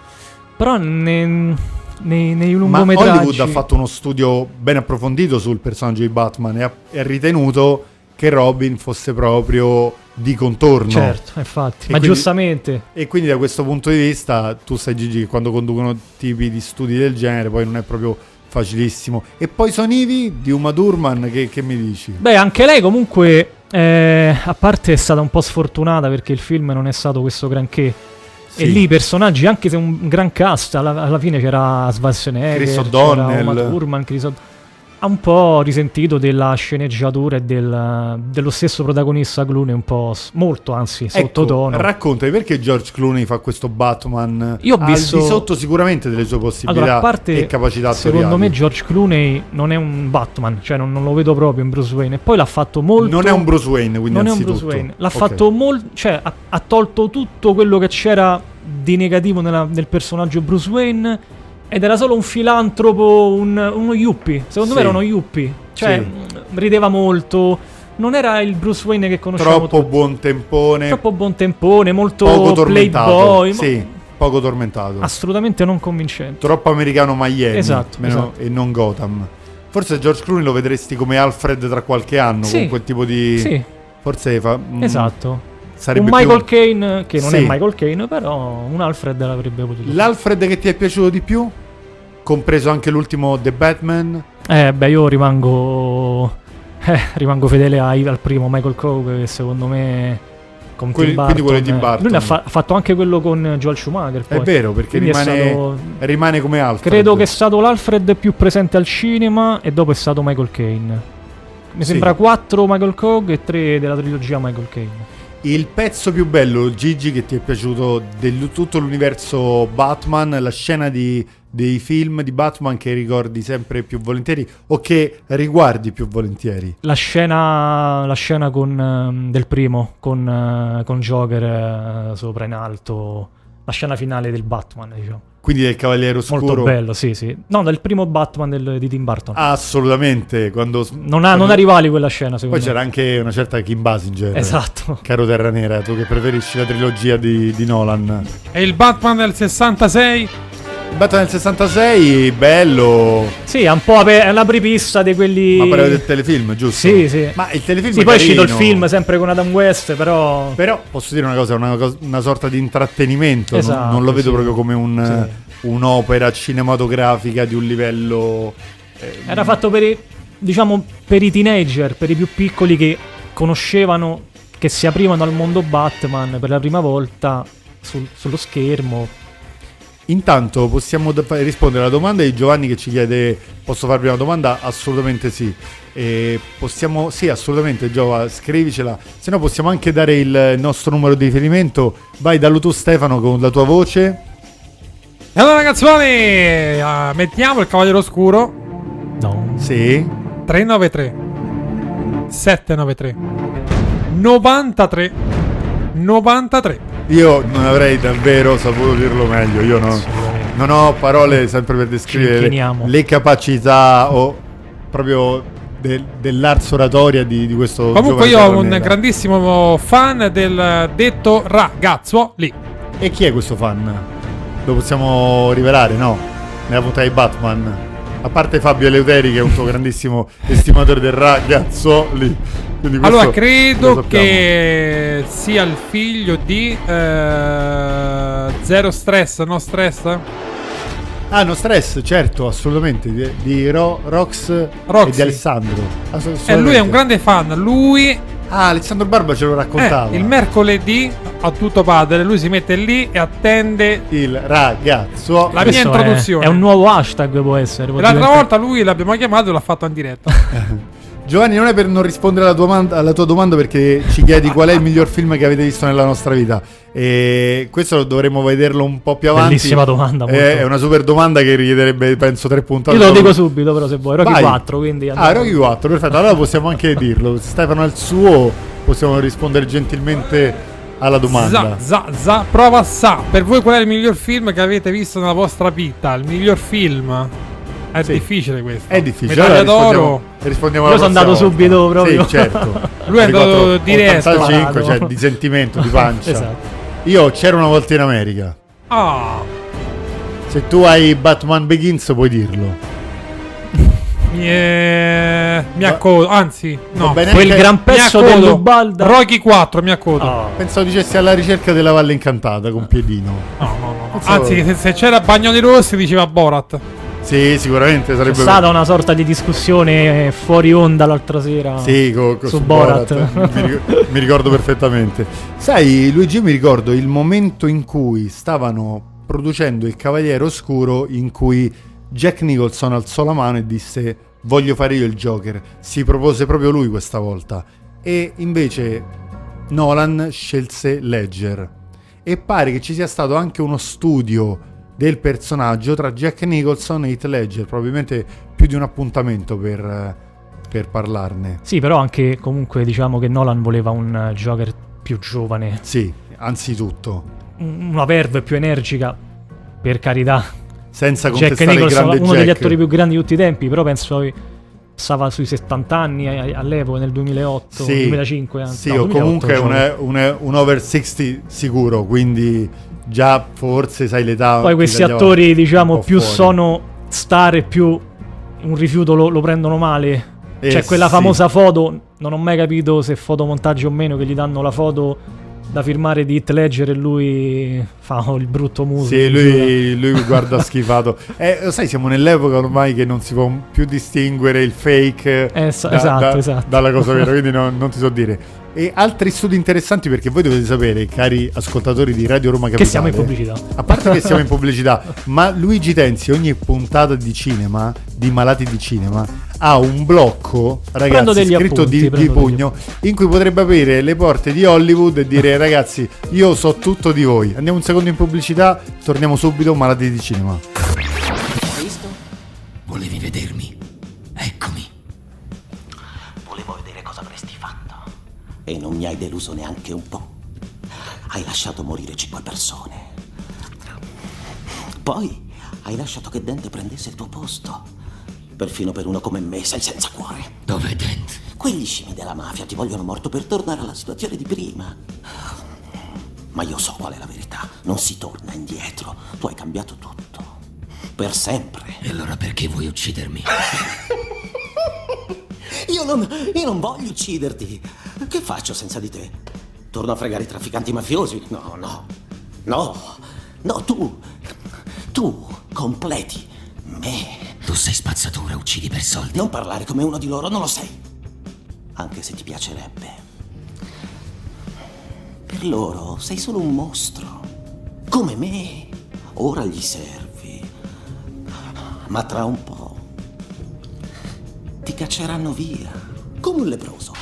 [SPEAKER 7] Però ne- nei, nei
[SPEAKER 5] Ma
[SPEAKER 7] lungometraggi
[SPEAKER 5] Hollywood ha fatto uno studio ben approfondito sul personaggio di Batman e ha, e ha ritenuto che Robin fosse proprio di contorno.
[SPEAKER 7] Certo, infatti,
[SPEAKER 5] E
[SPEAKER 7] ma
[SPEAKER 5] quindi-
[SPEAKER 7] giustamente.
[SPEAKER 5] E quindi da questo punto di vista, tu sai Gigi che quando conducono tipi di studi del genere poi non è proprio facilissimo. E poi Sonivi di Uma Durman, che, che mi dici?
[SPEAKER 7] Beh, anche lei comunque eh, a parte è stata un po' sfortunata perché il film non è stato questo granché.
[SPEAKER 5] Sì.
[SPEAKER 7] E lì i personaggi, anche se un gran cast, alla, alla fine c'era Schwarzenegger,
[SPEAKER 5] Chris
[SPEAKER 7] c'era
[SPEAKER 5] O'Donnell.
[SPEAKER 7] Uma Thurman, Chris O'D- ha un po' risentito della sceneggiatura e del- dello stesso protagonista Clooney un po', s- molto anzi, sottotono.
[SPEAKER 5] Ecco, raccontami perché George Clooney fa questo Batman
[SPEAKER 7] Io ho
[SPEAKER 5] al
[SPEAKER 7] visto-
[SPEAKER 5] di sotto sicuramente delle sue possibilità
[SPEAKER 7] Allora, a parte,
[SPEAKER 5] e capacità
[SPEAKER 7] secondo me
[SPEAKER 5] attoriali.
[SPEAKER 7] George Clooney non è un Batman, cioè non, non lo vedo proprio in Bruce Wayne. E poi l'ha fatto molto...
[SPEAKER 5] non è un Bruce Wayne, quindi
[SPEAKER 7] non è un
[SPEAKER 5] anzitutto.
[SPEAKER 7] Bruce Wayne. L'ha
[SPEAKER 5] Ok.
[SPEAKER 7] fatto molto... Cioè, ha, ha tolto tutto quello che c'era di negativo nella- nel personaggio Bruce Wayne ed era solo un filantropo, un- uno yuppie. Secondo
[SPEAKER 5] Sì.
[SPEAKER 7] me era uno yuppie. Cioè,
[SPEAKER 5] Sì.
[SPEAKER 7] mh, rideva molto... Non era il Bruce Wayne che conosciamo
[SPEAKER 5] troppo
[SPEAKER 7] tutti.
[SPEAKER 5] buon tempone,
[SPEAKER 7] troppo buon tempone, molto
[SPEAKER 5] poco tormentato.
[SPEAKER 7] playboy. ma-
[SPEAKER 5] sì, poco tormentato.
[SPEAKER 7] Assolutamente non convincente.
[SPEAKER 5] troppo americano Miami
[SPEAKER 7] Esatto,
[SPEAKER 5] meno-
[SPEAKER 7] esatto.
[SPEAKER 5] e non Gotham. Forse George Clooney lo vedresti come Alfred tra qualche anno
[SPEAKER 7] Sì.
[SPEAKER 5] con quel tipo di
[SPEAKER 7] Sì,
[SPEAKER 5] forse fa mm,
[SPEAKER 7] esatto.
[SPEAKER 5] Sarebbe
[SPEAKER 7] un Michael
[SPEAKER 5] più...
[SPEAKER 7] Kane che non è
[SPEAKER 5] Sì.
[SPEAKER 7] Michael Kane, però un Alfred l'avrebbe potuto.
[SPEAKER 5] L'Alfred che ti è piaciuto di più? Compreso anche l'ultimo The Batman?
[SPEAKER 7] eh, beh, io rimango eh, rimango fedele ai- al primo Michael Crowe che secondo me con
[SPEAKER 5] Quelli-
[SPEAKER 7] Tim Burton.
[SPEAKER 5] quindi quello di Tim
[SPEAKER 7] eh,
[SPEAKER 5] Burton.
[SPEAKER 7] Lui ne ha, fa- ha fatto anche quello con Joel Schumacher, poi.
[SPEAKER 5] È vero perché
[SPEAKER 7] Quindi è
[SPEAKER 5] rimane,
[SPEAKER 7] stato-
[SPEAKER 5] rimane come Alfred.
[SPEAKER 7] Credo che è stato l'Alfred più presente al cinema e dopo è stato Michael Kane. Mi
[SPEAKER 5] Sì.
[SPEAKER 7] sembra 4 Michael Crowe e 3 della trilogia Michael Kane.
[SPEAKER 5] il pezzo più bello Gigi che ti è piaciuto di tutto l'universo Batman, la scena di- dei film di Batman che ricordi sempre più volentieri o che riguardi più volentieri?
[SPEAKER 7] La scena, la scena con, ehm, del primo, con, eh, con Joker eh, sopra in alto, la scena finale del Batman, diciamo.
[SPEAKER 5] Quindi del Cavaliere Oscuro.
[SPEAKER 7] Molto bello, sì, sì. No, del primo Batman del- di Tim Burton.
[SPEAKER 5] Ah. Assolutamente. Quando,
[SPEAKER 7] non, ha, non ha rivali quella scena, secondo
[SPEAKER 5] Poi
[SPEAKER 7] me.
[SPEAKER 5] c'era anche una certa Kim Basinger.
[SPEAKER 7] Esatto.
[SPEAKER 5] Caro Terra Nera, tu che preferisci la trilogia di, di Nolan.
[SPEAKER 6] E il Batman del 66
[SPEAKER 5] Batman del 66, bello.
[SPEAKER 7] Sì, è un po' ape- è una prepista di quelli...
[SPEAKER 5] Ma parliamo del telefilm, giusto?
[SPEAKER 7] Sì, sì.
[SPEAKER 5] Ma il telefilm
[SPEAKER 7] Sì,
[SPEAKER 5] è
[SPEAKER 7] poi è uscito il
[SPEAKER 5] carino.
[SPEAKER 7] film sempre con Adam West, però...
[SPEAKER 5] Però posso dire una cosa, è una, cos- una sorta di intrattenimento, non- non,
[SPEAKER 7] Esatto,
[SPEAKER 5] lo vedo
[SPEAKER 7] sì.
[SPEAKER 5] proprio come un- un'opera cinematografica di un livello... eh,
[SPEAKER 7] Era fatto per i, diciamo, per i teenager, per i più piccoli che conoscevano, che si aprivano al mondo Batman per la prima volta sul- sullo schermo.
[SPEAKER 5] Intanto possiamo da- fa- rispondere alla domanda di Giovanni che ci chiede posso farvi una domanda? Assolutamente sì. E possiamo, sì, assolutamente Giova, scrivicela. Se no possiamo anche dare il nostro numero di riferimento. Vai dallo tu Stefano con la tua voce.
[SPEAKER 6] E allora ragazzuoli, eh, mettiamo il Cavaliere Oscuro
[SPEAKER 7] No.
[SPEAKER 5] Sì.
[SPEAKER 6] 393 793 93 93
[SPEAKER 5] Io non avrei davvero saputo dirlo meglio, io no-
[SPEAKER 7] Assolutamente.
[SPEAKER 5] non ho parole sempre per
[SPEAKER 7] Ci
[SPEAKER 5] descrivere le,
[SPEAKER 7] inchiniamo.
[SPEAKER 5] capacità o proprio del- dell'arts oratoria di, di questo giovane
[SPEAKER 6] Comunque io ho un
[SPEAKER 5] Carronella.
[SPEAKER 6] grandissimo fan del detto ragazzo lì.
[SPEAKER 5] E chi è questo fan? Lo possiamo rivelare, no? Nella puntata di Batman. A parte Fabio Eleuteri che è un suo grandissimo estimatore del ragazzo lì. Quindi questo
[SPEAKER 6] Allora
[SPEAKER 5] lo
[SPEAKER 6] credo
[SPEAKER 5] sappiamo.
[SPEAKER 6] che sia il figlio di eh, Zero Stress, no stress? Eh,
[SPEAKER 5] Ah, no stress, certo, assolutamente. Di, di Ro- Rox e
[SPEAKER 6] Roxy.
[SPEAKER 5] di Alessandro. Ass-
[SPEAKER 6] E lui è un
[SPEAKER 5] assolutamente.
[SPEAKER 6] grande fan, lui
[SPEAKER 5] Ah, Alessandro Barba ce lo
[SPEAKER 6] eh,
[SPEAKER 5] raccontava.
[SPEAKER 6] il mercoledì a tutto padre, lui si mette lì e attende
[SPEAKER 5] Il ragazzo.
[SPEAKER 6] La mia
[SPEAKER 7] Questo è-
[SPEAKER 6] introduzione.
[SPEAKER 7] È, un nuovo hashtag, può essere. può
[SPEAKER 6] E l'altra
[SPEAKER 7] diventare-
[SPEAKER 6] volta lui l'abbiamo chiamato e l'ha fatto in diretta.
[SPEAKER 5] Giovanni, non è per non rispondere alla tua, man- alla tua domanda perché ci chiedi qual è il miglior film che avete visto nella nostra vita. E questo dovremmo vederlo un po' più avanti.
[SPEAKER 7] Bellissima domanda,
[SPEAKER 5] Eh,
[SPEAKER 7] molto.
[SPEAKER 5] È una super domanda che richiederebbe, penso, tre puntate.
[SPEAKER 7] Io te lo
[SPEAKER 5] solo-
[SPEAKER 7] dico subito, però, se vuoi. Rocky
[SPEAKER 5] Vai.
[SPEAKER 7] 4, quindi.
[SPEAKER 5] Ah, Rocky 4, perfetto. Allora possiamo anche dirlo. Se Stefano ha il suo, possiamo rispondere gentilmente alla domanda.
[SPEAKER 6] Za, za, za, prova sa. Per voi qual è il miglior film che avete visto nella vostra vita? Il miglior film? È
[SPEAKER 5] Sì.
[SPEAKER 6] difficile questo.
[SPEAKER 5] È difficile.
[SPEAKER 6] Medaglia
[SPEAKER 5] Allora
[SPEAKER 6] d'oro.
[SPEAKER 5] rispondiamo, rispondiamo
[SPEAKER 7] Io
[SPEAKER 5] alla
[SPEAKER 7] sono
[SPEAKER 5] prossima
[SPEAKER 7] andato
[SPEAKER 5] volta.
[SPEAKER 7] subito proprio.
[SPEAKER 5] Sì, certo.
[SPEAKER 6] Lui è andato
[SPEAKER 5] 84,
[SPEAKER 6] diretto.
[SPEAKER 5] 85,
[SPEAKER 7] Malato.
[SPEAKER 5] cioè di sentimento, di pancia.
[SPEAKER 7] Esatto.
[SPEAKER 5] Io c'ero una volta in America.
[SPEAKER 6] Ah,
[SPEAKER 5] Se tu hai Batman Begins puoi dirlo.
[SPEAKER 6] mi, è- mi accodo. Anzi, no.
[SPEAKER 5] Ah. bene?
[SPEAKER 7] Quel
[SPEAKER 5] Anche-
[SPEAKER 7] gran
[SPEAKER 6] Mi
[SPEAKER 7] pezzo
[SPEAKER 6] accodo.
[SPEAKER 7] dell'Ubalda.
[SPEAKER 6] Rocky 4, mi accodo.
[SPEAKER 7] Ah.
[SPEAKER 5] Pensavo dicessi alla ricerca della Valle Incantata con
[SPEAKER 7] Ah.
[SPEAKER 5] Piedino.
[SPEAKER 6] No, no, no.
[SPEAKER 5] Pensavo-
[SPEAKER 6] Anzi, se, se c'era Bagnoli Rossi diceva Borat.
[SPEAKER 5] Sì, sicuramente
[SPEAKER 7] C'è
[SPEAKER 5] sarebbe
[SPEAKER 7] stata una sorta di discussione fuori onda l'altra sera.
[SPEAKER 5] Sì, co- co-
[SPEAKER 7] Su Borat.
[SPEAKER 5] mi, ric- mi ricordo perfettamente. Sai, Luigi, io mi ricordo il momento in cui stavano producendo Il Cavaliere Oscuro in cui Jack Nicholson alzò la mano e disse voglio fare io il Joker. Si propose proprio lui questa volta. E invece Nolan scelse Ledger. E pare che ci sia stato anche uno studio del personaggio tra Jack Nicholson e Heath Ledger, probabilmente più di un appuntamento per, eh, per parlarne.
[SPEAKER 7] Sì, però anche comunque diciamo che Nolan voleva un eh, Joker più giovane,
[SPEAKER 5] Sì, anzitutto,
[SPEAKER 7] un- una verve più energica, per carità.
[SPEAKER 5] senza
[SPEAKER 7] Jack
[SPEAKER 5] contestare il
[SPEAKER 7] Nicholson,
[SPEAKER 5] grande
[SPEAKER 7] uno
[SPEAKER 5] Jack.
[SPEAKER 7] degli attori più grandi di tutti i tempi, però penso che stava sui 70 anni eh, all'epoca, nel 2008,
[SPEAKER 5] Sì,
[SPEAKER 7] 2005 anzi.
[SPEAKER 5] Sì,
[SPEAKER 7] no,
[SPEAKER 5] o
[SPEAKER 7] 2008,
[SPEAKER 5] comunque
[SPEAKER 7] diciamo.
[SPEAKER 5] un, un- un over 60 sicuro, quindi già forse sai l'età.
[SPEAKER 7] Poi
[SPEAKER 5] ti
[SPEAKER 7] questi
[SPEAKER 5] tagliava
[SPEAKER 7] attori,
[SPEAKER 5] Ah, un
[SPEAKER 7] diciamo,
[SPEAKER 5] po'
[SPEAKER 7] più
[SPEAKER 5] fuori.
[SPEAKER 7] sono star e più un rifiuto lo, lo prendono male.
[SPEAKER 5] Eh,
[SPEAKER 7] C'è quella
[SPEAKER 5] sì.
[SPEAKER 7] famosa foto, non ho mai capito se fotomontaggio o meno, che gli danno la foto da firmare di Heath Ledger e lui fa il brutto muso.
[SPEAKER 5] Sì, lui, lui guarda schifato. Eh, lo sai, siamo nell'epoca ormai che non si può più distinguere il fake
[SPEAKER 7] Eh, es- esatto, esatto.
[SPEAKER 5] dalla cosa vera, quindi no- non ti so dire. E altri studi interessanti perché voi dovete sapere, cari ascoltatori di Radio Roma Capitale,
[SPEAKER 7] Che siamo in pubblicità.
[SPEAKER 5] A parte che siamo in pubblicità, ma Luigi Tenzi ogni puntata di cinema, di malati di cinema, ha un blocco,
[SPEAKER 7] Prendo
[SPEAKER 5] ragazzi,
[SPEAKER 7] degli
[SPEAKER 5] scritto
[SPEAKER 7] appunti,
[SPEAKER 5] di, di
[SPEAKER 7] prendo degli
[SPEAKER 5] pugno, in cui potrebbe aprire le porte di Hollywood e dire ragazzi, io so tutto di voi. Andiamo un secondo in pubblicità, torniamo subito, malati di cinema.
[SPEAKER 8] Volevi vedermi? Eccomi.
[SPEAKER 4] Volevo vedere cosa avresti fatto. E non mi hai deluso neanche un po'. Hai lasciato morire cinque persone. Poi hai lasciato che Dente prendesse il tuo posto. Perfino per uno come me, sei senza cuore.
[SPEAKER 8] Dov'è Dent?
[SPEAKER 4] Quegli scemi della mafia ti vogliono morto per tornare alla situazione di prima. Ma io so qual è la verità. Non si torna indietro. Tu hai cambiato tutto. Per sempre.
[SPEAKER 8] E allora perché vuoi uccidermi?
[SPEAKER 4] Io non, io non voglio ucciderti. Che faccio senza di te? Torno a fregare i trafficanti mafiosi? No, no. No. No, tu. Tu completi me.
[SPEAKER 8] Tu sei spazzatura, uccidi per soldi.
[SPEAKER 4] Non parlare come uno di loro, non lo sei. Anche se ti piacerebbe. Per loro sei solo un mostro. Come me. Ora gli servi, ma tra un po' ti cacceranno via come un leproso.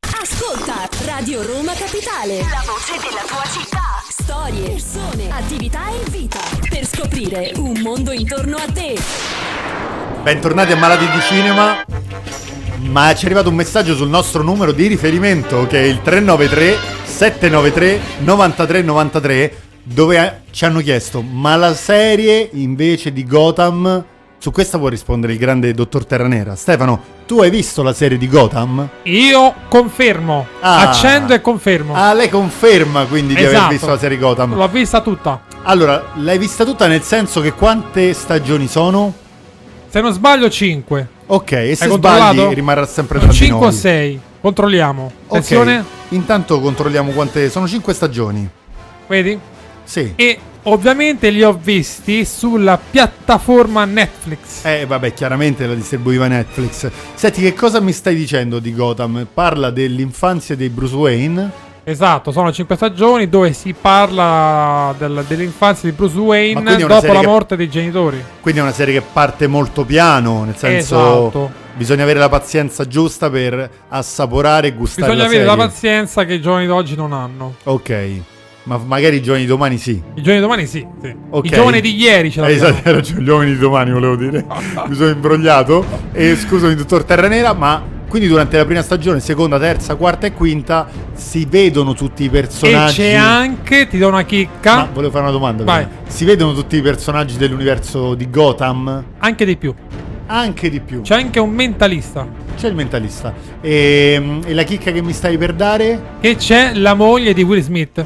[SPEAKER 9] Ascolta Radio Roma Capitale. La voce della tua città. Storie, persone, attività e vita. Per scoprire un mondo intorno a te.
[SPEAKER 5] Bentornati a Malati di Cinema. Ma ci è arrivato un messaggio sul nostro numero di riferimento che è il 393 793 9393 dove eh, ci hanno chiesto ma la serie invece di Gotham su questa può rispondere il grande dottor Terranera. Stefano, tu hai visto la serie di Gotham?
[SPEAKER 6] Io confermo,
[SPEAKER 5] Ah.
[SPEAKER 6] accendo e confermo.
[SPEAKER 5] Ah, lei conferma quindi di aver
[SPEAKER 6] Esatto.
[SPEAKER 5] visto la serie Gotham.
[SPEAKER 6] L'ho vista tutta.
[SPEAKER 5] Allora, l'hai vista tutta nel senso che quante stagioni sono?
[SPEAKER 6] Se non sbaglio 5.
[SPEAKER 5] Ok, e se sbagli
[SPEAKER 6] Hai controllato?
[SPEAKER 5] rimarrà sempre tra di
[SPEAKER 6] 5 o
[SPEAKER 5] noi.
[SPEAKER 6] 6. Controlliamo. Attenzione,
[SPEAKER 5] Ok, intanto controlliamo quante... Sono 5 stagioni.
[SPEAKER 6] vedi?
[SPEAKER 5] Sì.
[SPEAKER 6] E ovviamente li ho visti sulla piattaforma Netflix.
[SPEAKER 5] Eh, vabbè, chiaramente la distribuiva Netflix. Senti, che cosa mi stai dicendo di Gotham? Parla dell'infanzia di Bruce Wayne.
[SPEAKER 6] Esatto, sono 5 stagioni dove si parla del- dell'infanzia di Bruce
[SPEAKER 5] Ma
[SPEAKER 6] Wayne
[SPEAKER 5] quindi è una
[SPEAKER 6] dopo
[SPEAKER 5] serie
[SPEAKER 6] la
[SPEAKER 5] che-
[SPEAKER 6] morte dei genitori.
[SPEAKER 5] Quindi è una serie che parte molto piano, nel senso...
[SPEAKER 6] Esatto.
[SPEAKER 5] Bisogna avere la pazienza giusta per assaporare e gustare
[SPEAKER 6] Bisogna
[SPEAKER 5] la
[SPEAKER 6] avere
[SPEAKER 5] serie.
[SPEAKER 6] la pazienza che i giovani d'oggi non hanno.
[SPEAKER 5] Ok, ma magari i giorni di domani sì.
[SPEAKER 6] I giovani di domani sì. sì.
[SPEAKER 5] Ok.
[SPEAKER 6] I giovani di ieri ce
[SPEAKER 5] Eh,
[SPEAKER 6] l'abbiamo.
[SPEAKER 5] Esatto, hai ragione, gli uomini di domani volevo dire. Mi sono imbrogliato. E scusami, dottor Terranera, ma quindi durante la prima stagione, seconda, terza, quarta e quinta si vedono tutti i
[SPEAKER 6] E
[SPEAKER 5] personaggi.
[SPEAKER 6] c'è anche, ti do una chicca,
[SPEAKER 5] Ma volevo fare una domanda.
[SPEAKER 6] Vai.
[SPEAKER 5] prima. Si vedono tutti i personaggi dell'universo di Gotham?
[SPEAKER 6] anche di più.
[SPEAKER 5] Anche di più.
[SPEAKER 6] C'è anche un mentalista.
[SPEAKER 5] C'è il mentalista. Ehm, E, e la chicca che mi stai per dare?
[SPEAKER 6] Che c'è la moglie di Will Smith.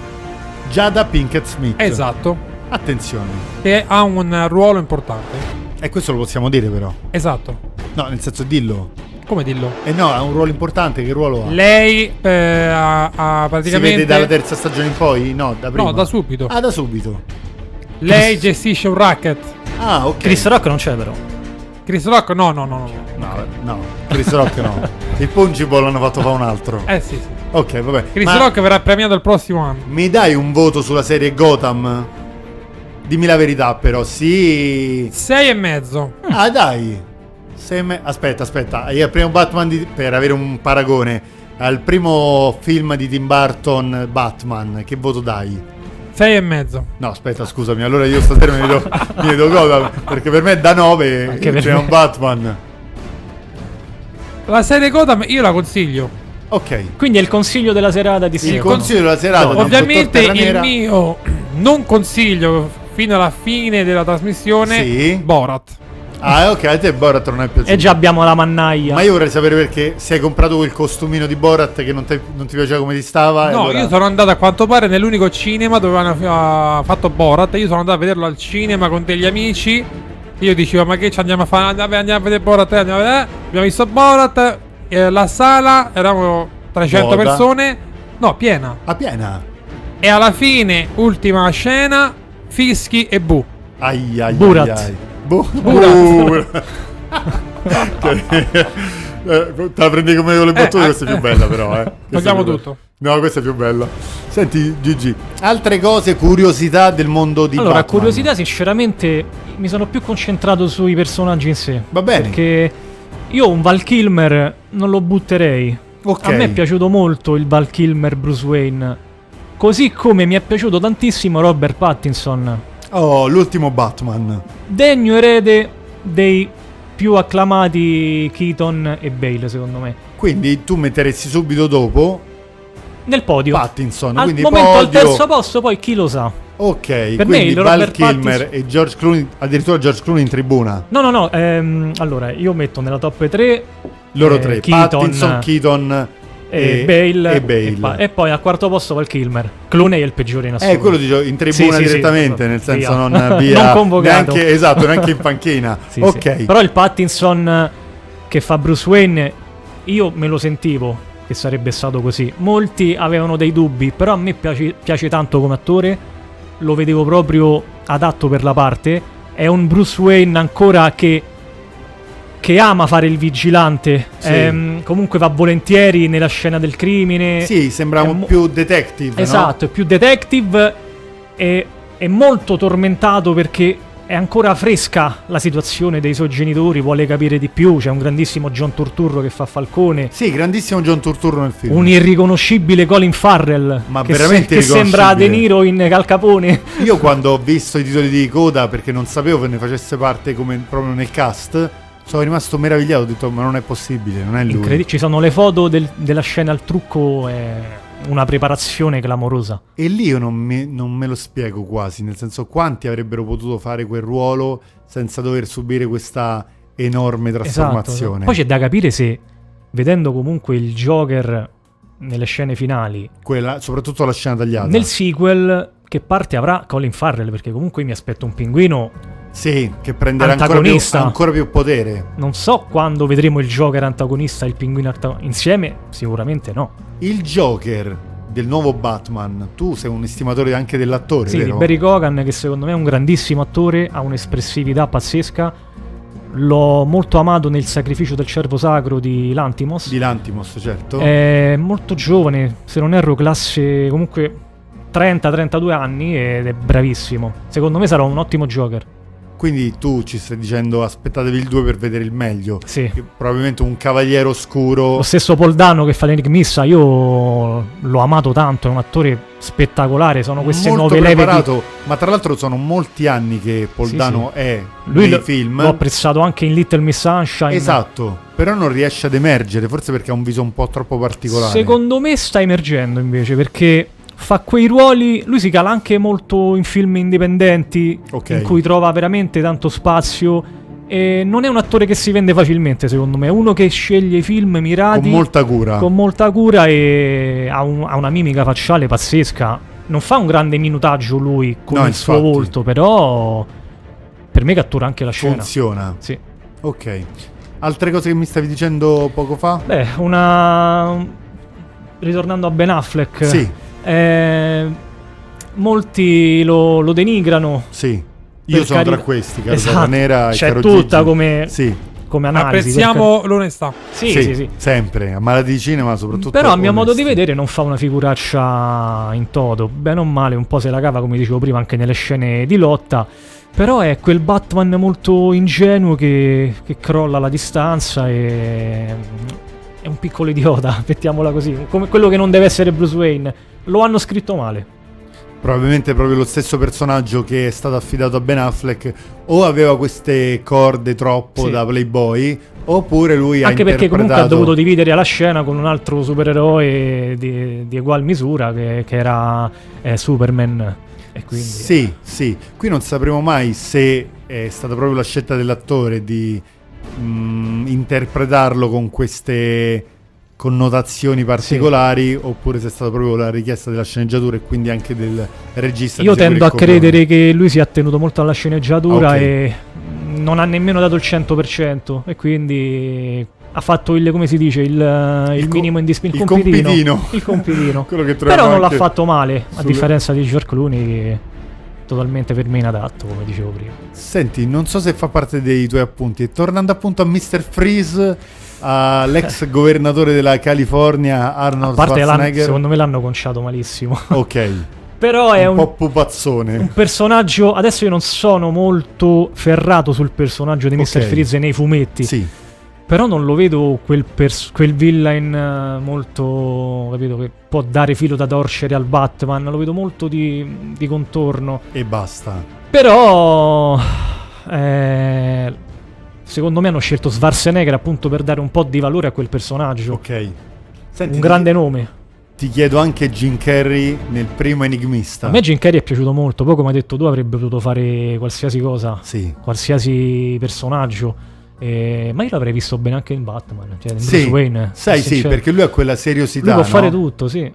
[SPEAKER 5] Giada Pinkett Smith.
[SPEAKER 6] Esatto.
[SPEAKER 5] Attenzione.
[SPEAKER 6] Che ha un ruolo importante.
[SPEAKER 5] E questo lo possiamo dire però.
[SPEAKER 6] Esatto.
[SPEAKER 5] No, nel senso dillo.
[SPEAKER 6] Come dillo?
[SPEAKER 5] E no, ha un ruolo importante. Che ruolo ha?
[SPEAKER 6] Lei eh, ha, ha
[SPEAKER 5] Si
[SPEAKER 6] praticamente...
[SPEAKER 5] vede dalla terza stagione in poi? No, da prima.
[SPEAKER 6] No, da subito.
[SPEAKER 5] Ah, da subito.
[SPEAKER 6] Lei gestisce un racket.
[SPEAKER 5] Ah, ok.
[SPEAKER 7] Chris Rock non c'è però.
[SPEAKER 6] Chris Rock? No, no, no, no.
[SPEAKER 5] No, no, Chris Rock no. Il Pungible l'hanno fatto fa un altro.
[SPEAKER 6] Eh sì, sì.
[SPEAKER 5] Ok, vabbè.
[SPEAKER 6] Chris
[SPEAKER 5] Ma
[SPEAKER 6] Rock verrà premiato il prossimo anno.
[SPEAKER 5] Mi dai un voto sulla serie Gotham? Dimmi la verità però, sì.
[SPEAKER 6] 6 e mezzo.
[SPEAKER 5] Ah, dai. Se me- Aspetta, aspetta. Io al primo Batman di... per avere un paragone al primo film di Tim Burton Batman, che voto dai?
[SPEAKER 6] 6 e mezzo.
[SPEAKER 5] No, aspetta, scusami, allora io stasera mi vedo, mi vedo Gotham, perché per me è da 9
[SPEAKER 7] Anche per
[SPEAKER 5] c'è
[SPEAKER 7] me.
[SPEAKER 5] un Batman.
[SPEAKER 6] La serie Gotham io la consiglio.
[SPEAKER 5] Ok,
[SPEAKER 7] Quindi è il consiglio della serata di
[SPEAKER 5] il
[SPEAKER 7] Sico.
[SPEAKER 5] consiglio della serata del
[SPEAKER 6] Ovviamente
[SPEAKER 5] dottor
[SPEAKER 6] il
[SPEAKER 5] Terranera-
[SPEAKER 6] mio non consiglio fino alla fine della trasmissione
[SPEAKER 5] Sì.
[SPEAKER 6] Borat.
[SPEAKER 5] Ah, ok, a te Borat non è piaciuto.
[SPEAKER 7] E già abbiamo la mannaia.
[SPEAKER 5] Ma io vorrei sapere perché se hai comprato quel costumino di Borat che non, te- non ti piaceva come ti stava. e
[SPEAKER 6] No,
[SPEAKER 5] allora-
[SPEAKER 6] io sono andato a quanto pare nell'unico cinema dove hanno eh, fatto Borat. Io sono andato a vederlo al cinema con degli amici. Io dicevo, ma che ci andiamo a fare? Vabbè, andiamo a vedere Borat. eh, andiamo a vedere. Abbiamo visto Borat. eh, la sala, eravamo 300
[SPEAKER 5] Vuota.
[SPEAKER 6] persone. No, piena.
[SPEAKER 5] A piena.
[SPEAKER 6] E alla fine, ultima scena, fischi e bu.
[SPEAKER 5] Ai, ai,
[SPEAKER 7] Burat.
[SPEAKER 5] ai, ai. Bu-
[SPEAKER 6] Burat.
[SPEAKER 5] Eh, te la prendi come con le battute,
[SPEAKER 6] eh,
[SPEAKER 5] questa è
[SPEAKER 6] eh.
[SPEAKER 5] più bella però, eh. Questa è
[SPEAKER 6] Vogliamo
[SPEAKER 5] più bella.
[SPEAKER 6] tutto.
[SPEAKER 5] No, questa è più bella. Senti, Gigi, altre cose, curiosità del mondo di
[SPEAKER 7] Allora,
[SPEAKER 5] Batman.
[SPEAKER 7] curiosità, sinceramente, mi sono più concentrato sui personaggi in sé.
[SPEAKER 5] Va bene.
[SPEAKER 7] Perché io un Val Kilmer non lo butterei.
[SPEAKER 5] Ok.
[SPEAKER 7] A me è piaciuto molto il Val Kilmer Bruce Wayne. Così come mi è piaciuto tantissimo Robert Pattinson,
[SPEAKER 5] Oh, l'ultimo Batman.
[SPEAKER 7] degno erede dei più acclamati Keaton e Bale, secondo me.
[SPEAKER 5] Quindi tu metteresti subito dopo
[SPEAKER 7] Nel podio.
[SPEAKER 5] Pattinson,
[SPEAKER 7] al
[SPEAKER 5] quindi
[SPEAKER 7] momento al
[SPEAKER 5] podio.
[SPEAKER 7] terzo posto, poi chi lo sa.
[SPEAKER 5] Ok,
[SPEAKER 7] Per me
[SPEAKER 5] quindi
[SPEAKER 7] il
[SPEAKER 5] Val
[SPEAKER 7] Robert
[SPEAKER 5] Kilmer
[SPEAKER 7] Pattinson-
[SPEAKER 5] e George Clooney, addirittura George Clooney in tribuna.
[SPEAKER 7] No, no, no. ehm, allora, io metto nella top 3
[SPEAKER 5] Loro
[SPEAKER 7] Eh,
[SPEAKER 5] tre,
[SPEAKER 7] Keaton.
[SPEAKER 5] Pattinson, Keaton
[SPEAKER 7] e, Bale,
[SPEAKER 5] e Bale.
[SPEAKER 7] E, pa- e poi al quarto posto Val Kilmer. Clooney è il peggiore in assoluto.
[SPEAKER 5] Eh, quello dicevo, in tribuna
[SPEAKER 7] Sì, sì, sì,
[SPEAKER 5] direttamente,
[SPEAKER 7] sì,
[SPEAKER 5] nel
[SPEAKER 7] sì,
[SPEAKER 5] senso
[SPEAKER 7] via.
[SPEAKER 5] non via...
[SPEAKER 7] Non convocato.
[SPEAKER 5] Neanche, esatto, neanche in panchina.
[SPEAKER 7] Sì, sì.
[SPEAKER 5] ok,
[SPEAKER 7] Però il Pattinson eh, che fa Bruce Wayne, io me lo sentivo che sarebbe stato così. Molti avevano dei dubbi, però a me piace, piace tanto come attore. Lo vedevo proprio adatto per la parte. È un Bruce Wayne ancora che, che ama fare il vigilante.
[SPEAKER 5] Sì.
[SPEAKER 7] Ehm, comunque va volentieri nella scena del crimine.
[SPEAKER 5] sì, sembrava
[SPEAKER 7] è mo-
[SPEAKER 5] più detective, no?
[SPEAKER 7] Esatto, è più detective e è molto tormentato perché è ancora fresca la situazione dei suoi genitori, vuole capire di più, c'è un grandissimo John Turturro che fa Falcone,
[SPEAKER 5] Sì, grandissimo John Turturro nel film.
[SPEAKER 7] un irriconoscibile Colin Farrell
[SPEAKER 5] Ma
[SPEAKER 7] che,
[SPEAKER 5] veramente
[SPEAKER 7] che sembra De
[SPEAKER 5] irriconoscibile.
[SPEAKER 7] Niro in Cal Capone.
[SPEAKER 5] Io quando ho visto i titoli di coda, perché non sapevo che ne facesse parte come proprio nel cast, sono rimasto meravigliato, ho detto ma non è possibile, non è lui.
[SPEAKER 7] Incredi- ci sono le foto del- della scena al trucco, è una preparazione clamorosa.
[SPEAKER 5] E lì io non me, non me lo spiego quasi, nel senso quanti avrebbero potuto fare quel ruolo senza dover subire questa enorme trasformazione.
[SPEAKER 7] Esatto. Poi c'è da capire se, vedendo comunque il Joker nelle scene finali,
[SPEAKER 5] Quella- soprattutto la scena tagliata.
[SPEAKER 7] Nel sequel che parte avrà Colin Farrell? Perché comunque io mi aspetto un pinguino.
[SPEAKER 5] Sì, che prenderà ancora più,
[SPEAKER 7] Antagonista.
[SPEAKER 5] ancora più potere.
[SPEAKER 7] Non so quando vedremo il Joker antagonista e il pinguino anta- insieme. Sicuramente no.
[SPEAKER 5] Il Joker del nuovo Batman, tu sei un estimatore anche dell'attore,
[SPEAKER 7] Sì, di
[SPEAKER 5] vero?
[SPEAKER 7] Barry Cogan, che secondo me è un grandissimo attore, ha un'espressività pazzesca. L'ho molto amato nel sacrificio del cervo sacro di Lantimos.
[SPEAKER 5] Di Lantimos, certo.
[SPEAKER 7] È molto giovane, se non erro, classe comunque 30-32 anni ed è bravissimo. Secondo me sarà un ottimo Joker.
[SPEAKER 5] Quindi tu ci stai dicendo aspettatevi il 2 per vedere il meglio.
[SPEAKER 7] Sì.
[SPEAKER 5] Che Probabilmente un cavaliere oscuro.
[SPEAKER 7] Lo stesso Poldano che fa l'enigmissa, io l'ho amato tanto, è un attore spettacolare, sono queste
[SPEAKER 5] molto
[SPEAKER 7] nuove leve di...
[SPEAKER 5] preparato, ma tra l'altro sono molti anni che Poldano è
[SPEAKER 7] Lui
[SPEAKER 5] nei
[SPEAKER 7] lo-
[SPEAKER 5] film.
[SPEAKER 7] l'ho apprezzato anche in Little Miss Sunshine.
[SPEAKER 5] Esatto, però non riesce ad emergere, forse perché ha un viso un po' troppo particolare.
[SPEAKER 7] Secondo me sta emergendo invece perché fa quei ruoli, lui si cala anche molto in film indipendenti
[SPEAKER 5] Ok.
[SPEAKER 7] in cui trova veramente tanto spazio e non è un attore che si vende facilmente, secondo me, è uno che sceglie i film mirati
[SPEAKER 5] Con molta cura.
[SPEAKER 7] con molta cura e ha, un- ha una mimica facciale pazzesca. Non fa un grande minutaggio lui con
[SPEAKER 5] No,
[SPEAKER 7] il suo
[SPEAKER 5] infatti.
[SPEAKER 7] volto, però per me cattura anche la scena.
[SPEAKER 5] Funziona.
[SPEAKER 7] Sì.
[SPEAKER 5] Ok. Altre cose che mi stavi dicendo poco fa?
[SPEAKER 7] Beh, una ritornando a Ben Affleck.
[SPEAKER 5] Sì.
[SPEAKER 7] eh, molti lo, lo denigrano
[SPEAKER 5] Sì. Io sono
[SPEAKER 7] carità.
[SPEAKER 5] tra questi, caro
[SPEAKER 7] Esatto.
[SPEAKER 5] Terra Nera e
[SPEAKER 7] C'è
[SPEAKER 5] caro
[SPEAKER 7] tutta
[SPEAKER 5] Gigi.
[SPEAKER 7] come-
[SPEAKER 5] Sì.
[SPEAKER 7] come analisi. per
[SPEAKER 6] Apprezziamo l'onestà.
[SPEAKER 7] carità. Sì, sì, sì.
[SPEAKER 5] Sempre, a malati di cinema soprattutto.
[SPEAKER 7] Però a mio modo di
[SPEAKER 5] onesti.
[SPEAKER 7] vedere non fa una figuraccia in toto, bene o male, un po' se la cava come dicevo prima anche nelle scene di lotta, però è quel Batman molto ingenuo che, che crolla la distanza e... è un piccolo idiota, mettiamola così, come quello che non deve essere Bruce Wayne, lo hanno scritto male.
[SPEAKER 5] Probabilmente proprio lo stesso personaggio che è stato affidato a Ben Affleck o aveva queste corde troppo
[SPEAKER 7] Sì.
[SPEAKER 5] da playboy oppure lui ha
[SPEAKER 7] Anche perché comunque ha
[SPEAKER 5] interpretato-
[SPEAKER 7] dovuto dividere la scena con un altro supereroe di, di ugual misura che, che era eh, Superman. E quindi... eh.
[SPEAKER 5] Sì, sì. Qui non sapremo mai se è stata proprio la scelta dell'attore di mm, interpretarlo con queste connotazioni particolari oppure se è stata proprio la richiesta della sceneggiatura e quindi anche del regista. di
[SPEAKER 7] Io
[SPEAKER 5] seguire
[SPEAKER 7] tendo a
[SPEAKER 5] il copione.
[SPEAKER 7] credere che lui si è attenuto molto alla sceneggiatura
[SPEAKER 5] Ah, ok.
[SPEAKER 7] e non ha nemmeno dato il 100% e quindi ha fatto il, come si dice, il, eh, il
[SPEAKER 5] co-
[SPEAKER 7] minimo indispensabile.
[SPEAKER 5] il compitino.
[SPEAKER 7] Il compitino.
[SPEAKER 5] Quello che troviamo
[SPEAKER 7] Però non l'ha
[SPEAKER 5] anche
[SPEAKER 7] fatto male, a
[SPEAKER 5] sulle-
[SPEAKER 7] differenza di George Clooney che è totalmente per me inadatto, come dicevo prima.
[SPEAKER 5] Senti, non so se fa parte dei tuoi appunti. E tornando appunto a Mr. Freeze, all'ex governatore della California,
[SPEAKER 7] A
[SPEAKER 5] Arnold
[SPEAKER 7] parte l'hanno-
[SPEAKER 5] Schwarzenegger.
[SPEAKER 7] secondo me l'hanno conciato malissimo.
[SPEAKER 5] Ok,
[SPEAKER 7] Però è
[SPEAKER 5] un
[SPEAKER 7] un,
[SPEAKER 5] po' pupazzone.
[SPEAKER 7] personaggio. Adesso io non sono molto ferrato sul personaggio di Mr.
[SPEAKER 5] Ok.
[SPEAKER 7] Freeze nei fumetti.
[SPEAKER 5] Sì,
[SPEAKER 7] Però non lo vedo quel, pers- quel villain eh, molto. capito? Che può dare filo da torcere al Batman. Lo vedo molto di, di contorno.
[SPEAKER 5] e basta.
[SPEAKER 7] Però. eh, secondo me hanno scelto Schwarzenegger appunto per dare un po' di valore a quel personaggio.
[SPEAKER 5] Ok. Senti,
[SPEAKER 7] Un grande nome.
[SPEAKER 5] Ti chiedo anche Jim Carrey nel primo Enigmista.
[SPEAKER 7] A me Jim Carrey è piaciuto molto. Poi, come hai detto tu, avrebbe potuto fare qualsiasi cosa.
[SPEAKER 5] Sì.
[SPEAKER 7] qualsiasi personaggio. Eh, ma io l'avrei visto bene anche in Batman, cioè in
[SPEAKER 5] Sì,
[SPEAKER 7] Bruce Wayne.
[SPEAKER 5] sai sì,
[SPEAKER 7] sincero.
[SPEAKER 5] perché lui ha quella
[SPEAKER 7] lui
[SPEAKER 5] seriosità
[SPEAKER 7] può fare
[SPEAKER 5] no?
[SPEAKER 7] tutto, sì.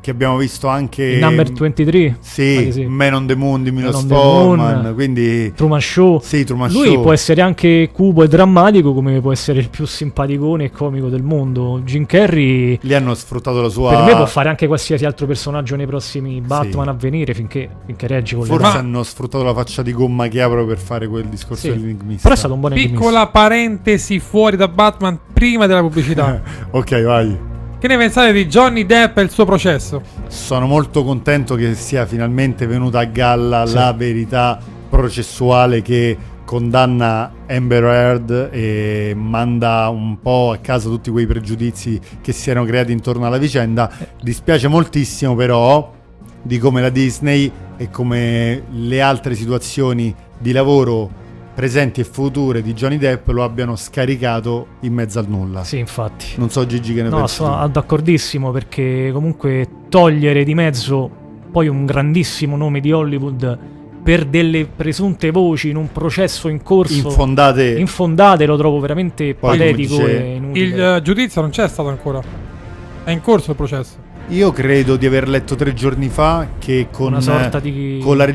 [SPEAKER 5] che abbiamo visto anche
[SPEAKER 7] Il Number 23, ma
[SPEAKER 5] Sì,
[SPEAKER 7] che sì.
[SPEAKER 5] Man on the Moon di Milos
[SPEAKER 7] Man on the
[SPEAKER 5] Forman,
[SPEAKER 7] Moon.
[SPEAKER 5] quindi
[SPEAKER 7] Truman Show.
[SPEAKER 5] sì, Truman
[SPEAKER 7] lui
[SPEAKER 5] Show.
[SPEAKER 7] può essere anche cubo e drammatico, come può essere il più simpaticone e comico del mondo. Jim Carrey,
[SPEAKER 5] Lì hanno sfruttato la sua
[SPEAKER 7] per me, può fare anche qualsiasi altro personaggio nei prossimi Batman a venire finché, finché regge con le
[SPEAKER 5] Forse
[SPEAKER 7] mani.
[SPEAKER 6] Ma-
[SPEAKER 5] hanno sfruttato la faccia di gomma che ha proprio per fare quel discorso
[SPEAKER 7] Sì.
[SPEAKER 5] dell'enigmista.
[SPEAKER 7] Però è stato un buon enigmista.
[SPEAKER 6] Piccola parentesi fuori da Batman prima della pubblicità.
[SPEAKER 5] Ok, vai.
[SPEAKER 6] che ne pensate di Johnny Depp e il suo processo?
[SPEAKER 5] Sono molto contento che sia finalmente venuta a galla la verità processuale che condanna Amber Heard e manda un po' a casa tutti quei pregiudizi che si erano creati intorno alla vicenda. Dispiace moltissimo però di come la Disney e come le altre situazioni di lavoro presenti e future di Johnny Depp lo abbiano scaricato in mezzo al nulla.
[SPEAKER 7] Sì, infatti.
[SPEAKER 5] Non so Gigi che ne
[SPEAKER 7] No,
[SPEAKER 5] pensi.
[SPEAKER 7] sono
[SPEAKER 5] tu.
[SPEAKER 7] d'accordissimo perché comunque togliere di mezzo poi un grandissimo nome di Hollywood per delle presunte voci in un processo in corso
[SPEAKER 5] Infondate
[SPEAKER 7] infondate lo trovo veramente
[SPEAKER 5] Poi, come
[SPEAKER 7] patetico
[SPEAKER 5] dice-
[SPEAKER 7] e inutile.
[SPEAKER 6] Il eh, giudizio non c'è stato ancora. È in corso il processo.
[SPEAKER 5] Io credo di aver letto tre giorni fa che con,
[SPEAKER 7] Una sorta di-
[SPEAKER 5] con la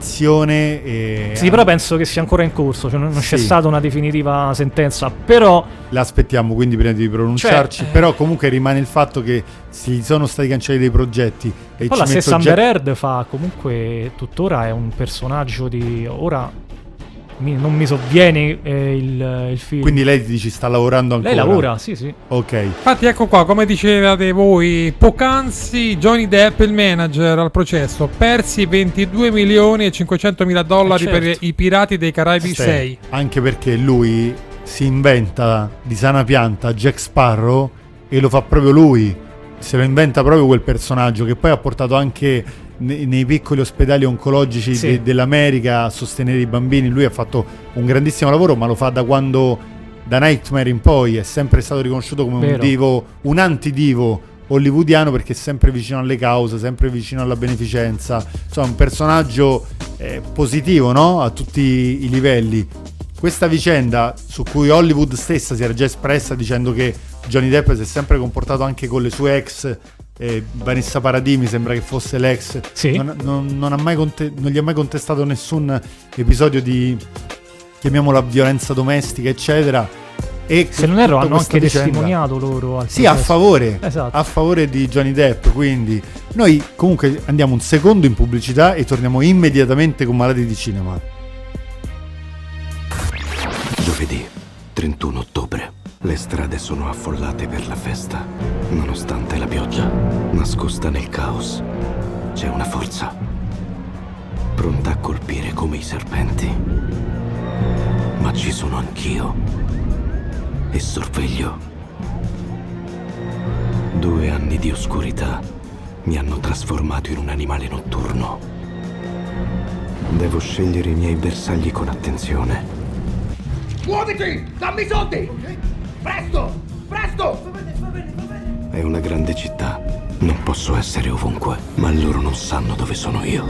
[SPEAKER 5] registrazione... E
[SPEAKER 7] Sì, però penso che sia ancora in corso, cioè non non c'è
[SPEAKER 5] Sì.
[SPEAKER 7] stata una definitiva sentenza, però
[SPEAKER 5] L'aspettiamo quindi prima di pronunciarci,
[SPEAKER 7] Cioè, eh.
[SPEAKER 5] però comunque rimane il fatto che si sono stati cancellati dei progetti e
[SPEAKER 7] poi
[SPEAKER 5] ci metto
[SPEAKER 7] la stessa
[SPEAKER 5] già-
[SPEAKER 7] Amber Heard fa comunque tuttora è un personaggio di ora mi- non mi sovviene eh, il, il film.
[SPEAKER 5] Quindi lei dici sta lavorando ancora.
[SPEAKER 7] lei lavora, sì, sì.
[SPEAKER 5] Ok.
[SPEAKER 6] Infatti, ecco qua, come dicevate voi, poc'anzi Johnny Depp, il manager al processo, persi 22 milioni e 500 mila dollari
[SPEAKER 7] Eh, certo.
[SPEAKER 6] per i pirati dei Caraibi
[SPEAKER 5] Eh Sì,
[SPEAKER 6] 6.
[SPEAKER 5] Anche perché lui si inventa di sana pianta Jack Sparrow e lo fa proprio lui. Se lo inventa proprio quel personaggio che poi ha portato anche ne- nei piccoli ospedali oncologici
[SPEAKER 7] Sì.
[SPEAKER 5] de- dell'America a sostenere i bambini. Lui ha fatto un grandissimo lavoro, ma lo fa da quando da Nightmare in poi è sempre stato riconosciuto come un
[SPEAKER 7] Vero.
[SPEAKER 5] divo, un antidivo hollywoodiano perché è sempre vicino alle cause, sempre vicino alla beneficenza. Insomma, un personaggio eh, positivo, no? A tutti i livelli. Questa vicenda su cui Hollywood stessa si era già espressa dicendo che Johnny Depp si è sempre comportato anche con le sue ex. eh, Vanessa Paradis mi sembra che fosse l'ex,
[SPEAKER 7] Sì.
[SPEAKER 5] non, non- non ha mai conte- non gli ha mai contestato nessun episodio di chiamiamola violenza domestica, eccetera. E
[SPEAKER 7] Se non erro
[SPEAKER 5] tutta
[SPEAKER 7] hanno
[SPEAKER 5] questa
[SPEAKER 7] anche
[SPEAKER 5] vicenda-
[SPEAKER 7] testimoniato loro al
[SPEAKER 5] Sì, a
[SPEAKER 7] processo.
[SPEAKER 5] favore,
[SPEAKER 7] Esatto.
[SPEAKER 5] a favore di Johnny Depp. Quindi, noi comunque andiamo un secondo in pubblicità e torniamo immediatamente con Malati di Cinema.
[SPEAKER 10] Giovedì 31 ottobre. Le strade sono affollate per la festa. Nonostante la pioggia, nascosta nel caos, c'è una forza. Pronta a colpire come i serpenti. Ma ci sono anch'io. E sorveglio. Due anni di oscurità mi hanno trasformato in un animale notturno. Devo scegliere i miei bersagli con attenzione.
[SPEAKER 3] Muoviti! Dammi i soldi! Presto! Presto!
[SPEAKER 10] È una grande città. Non posso essere ovunque, ma loro non sanno dove sono io.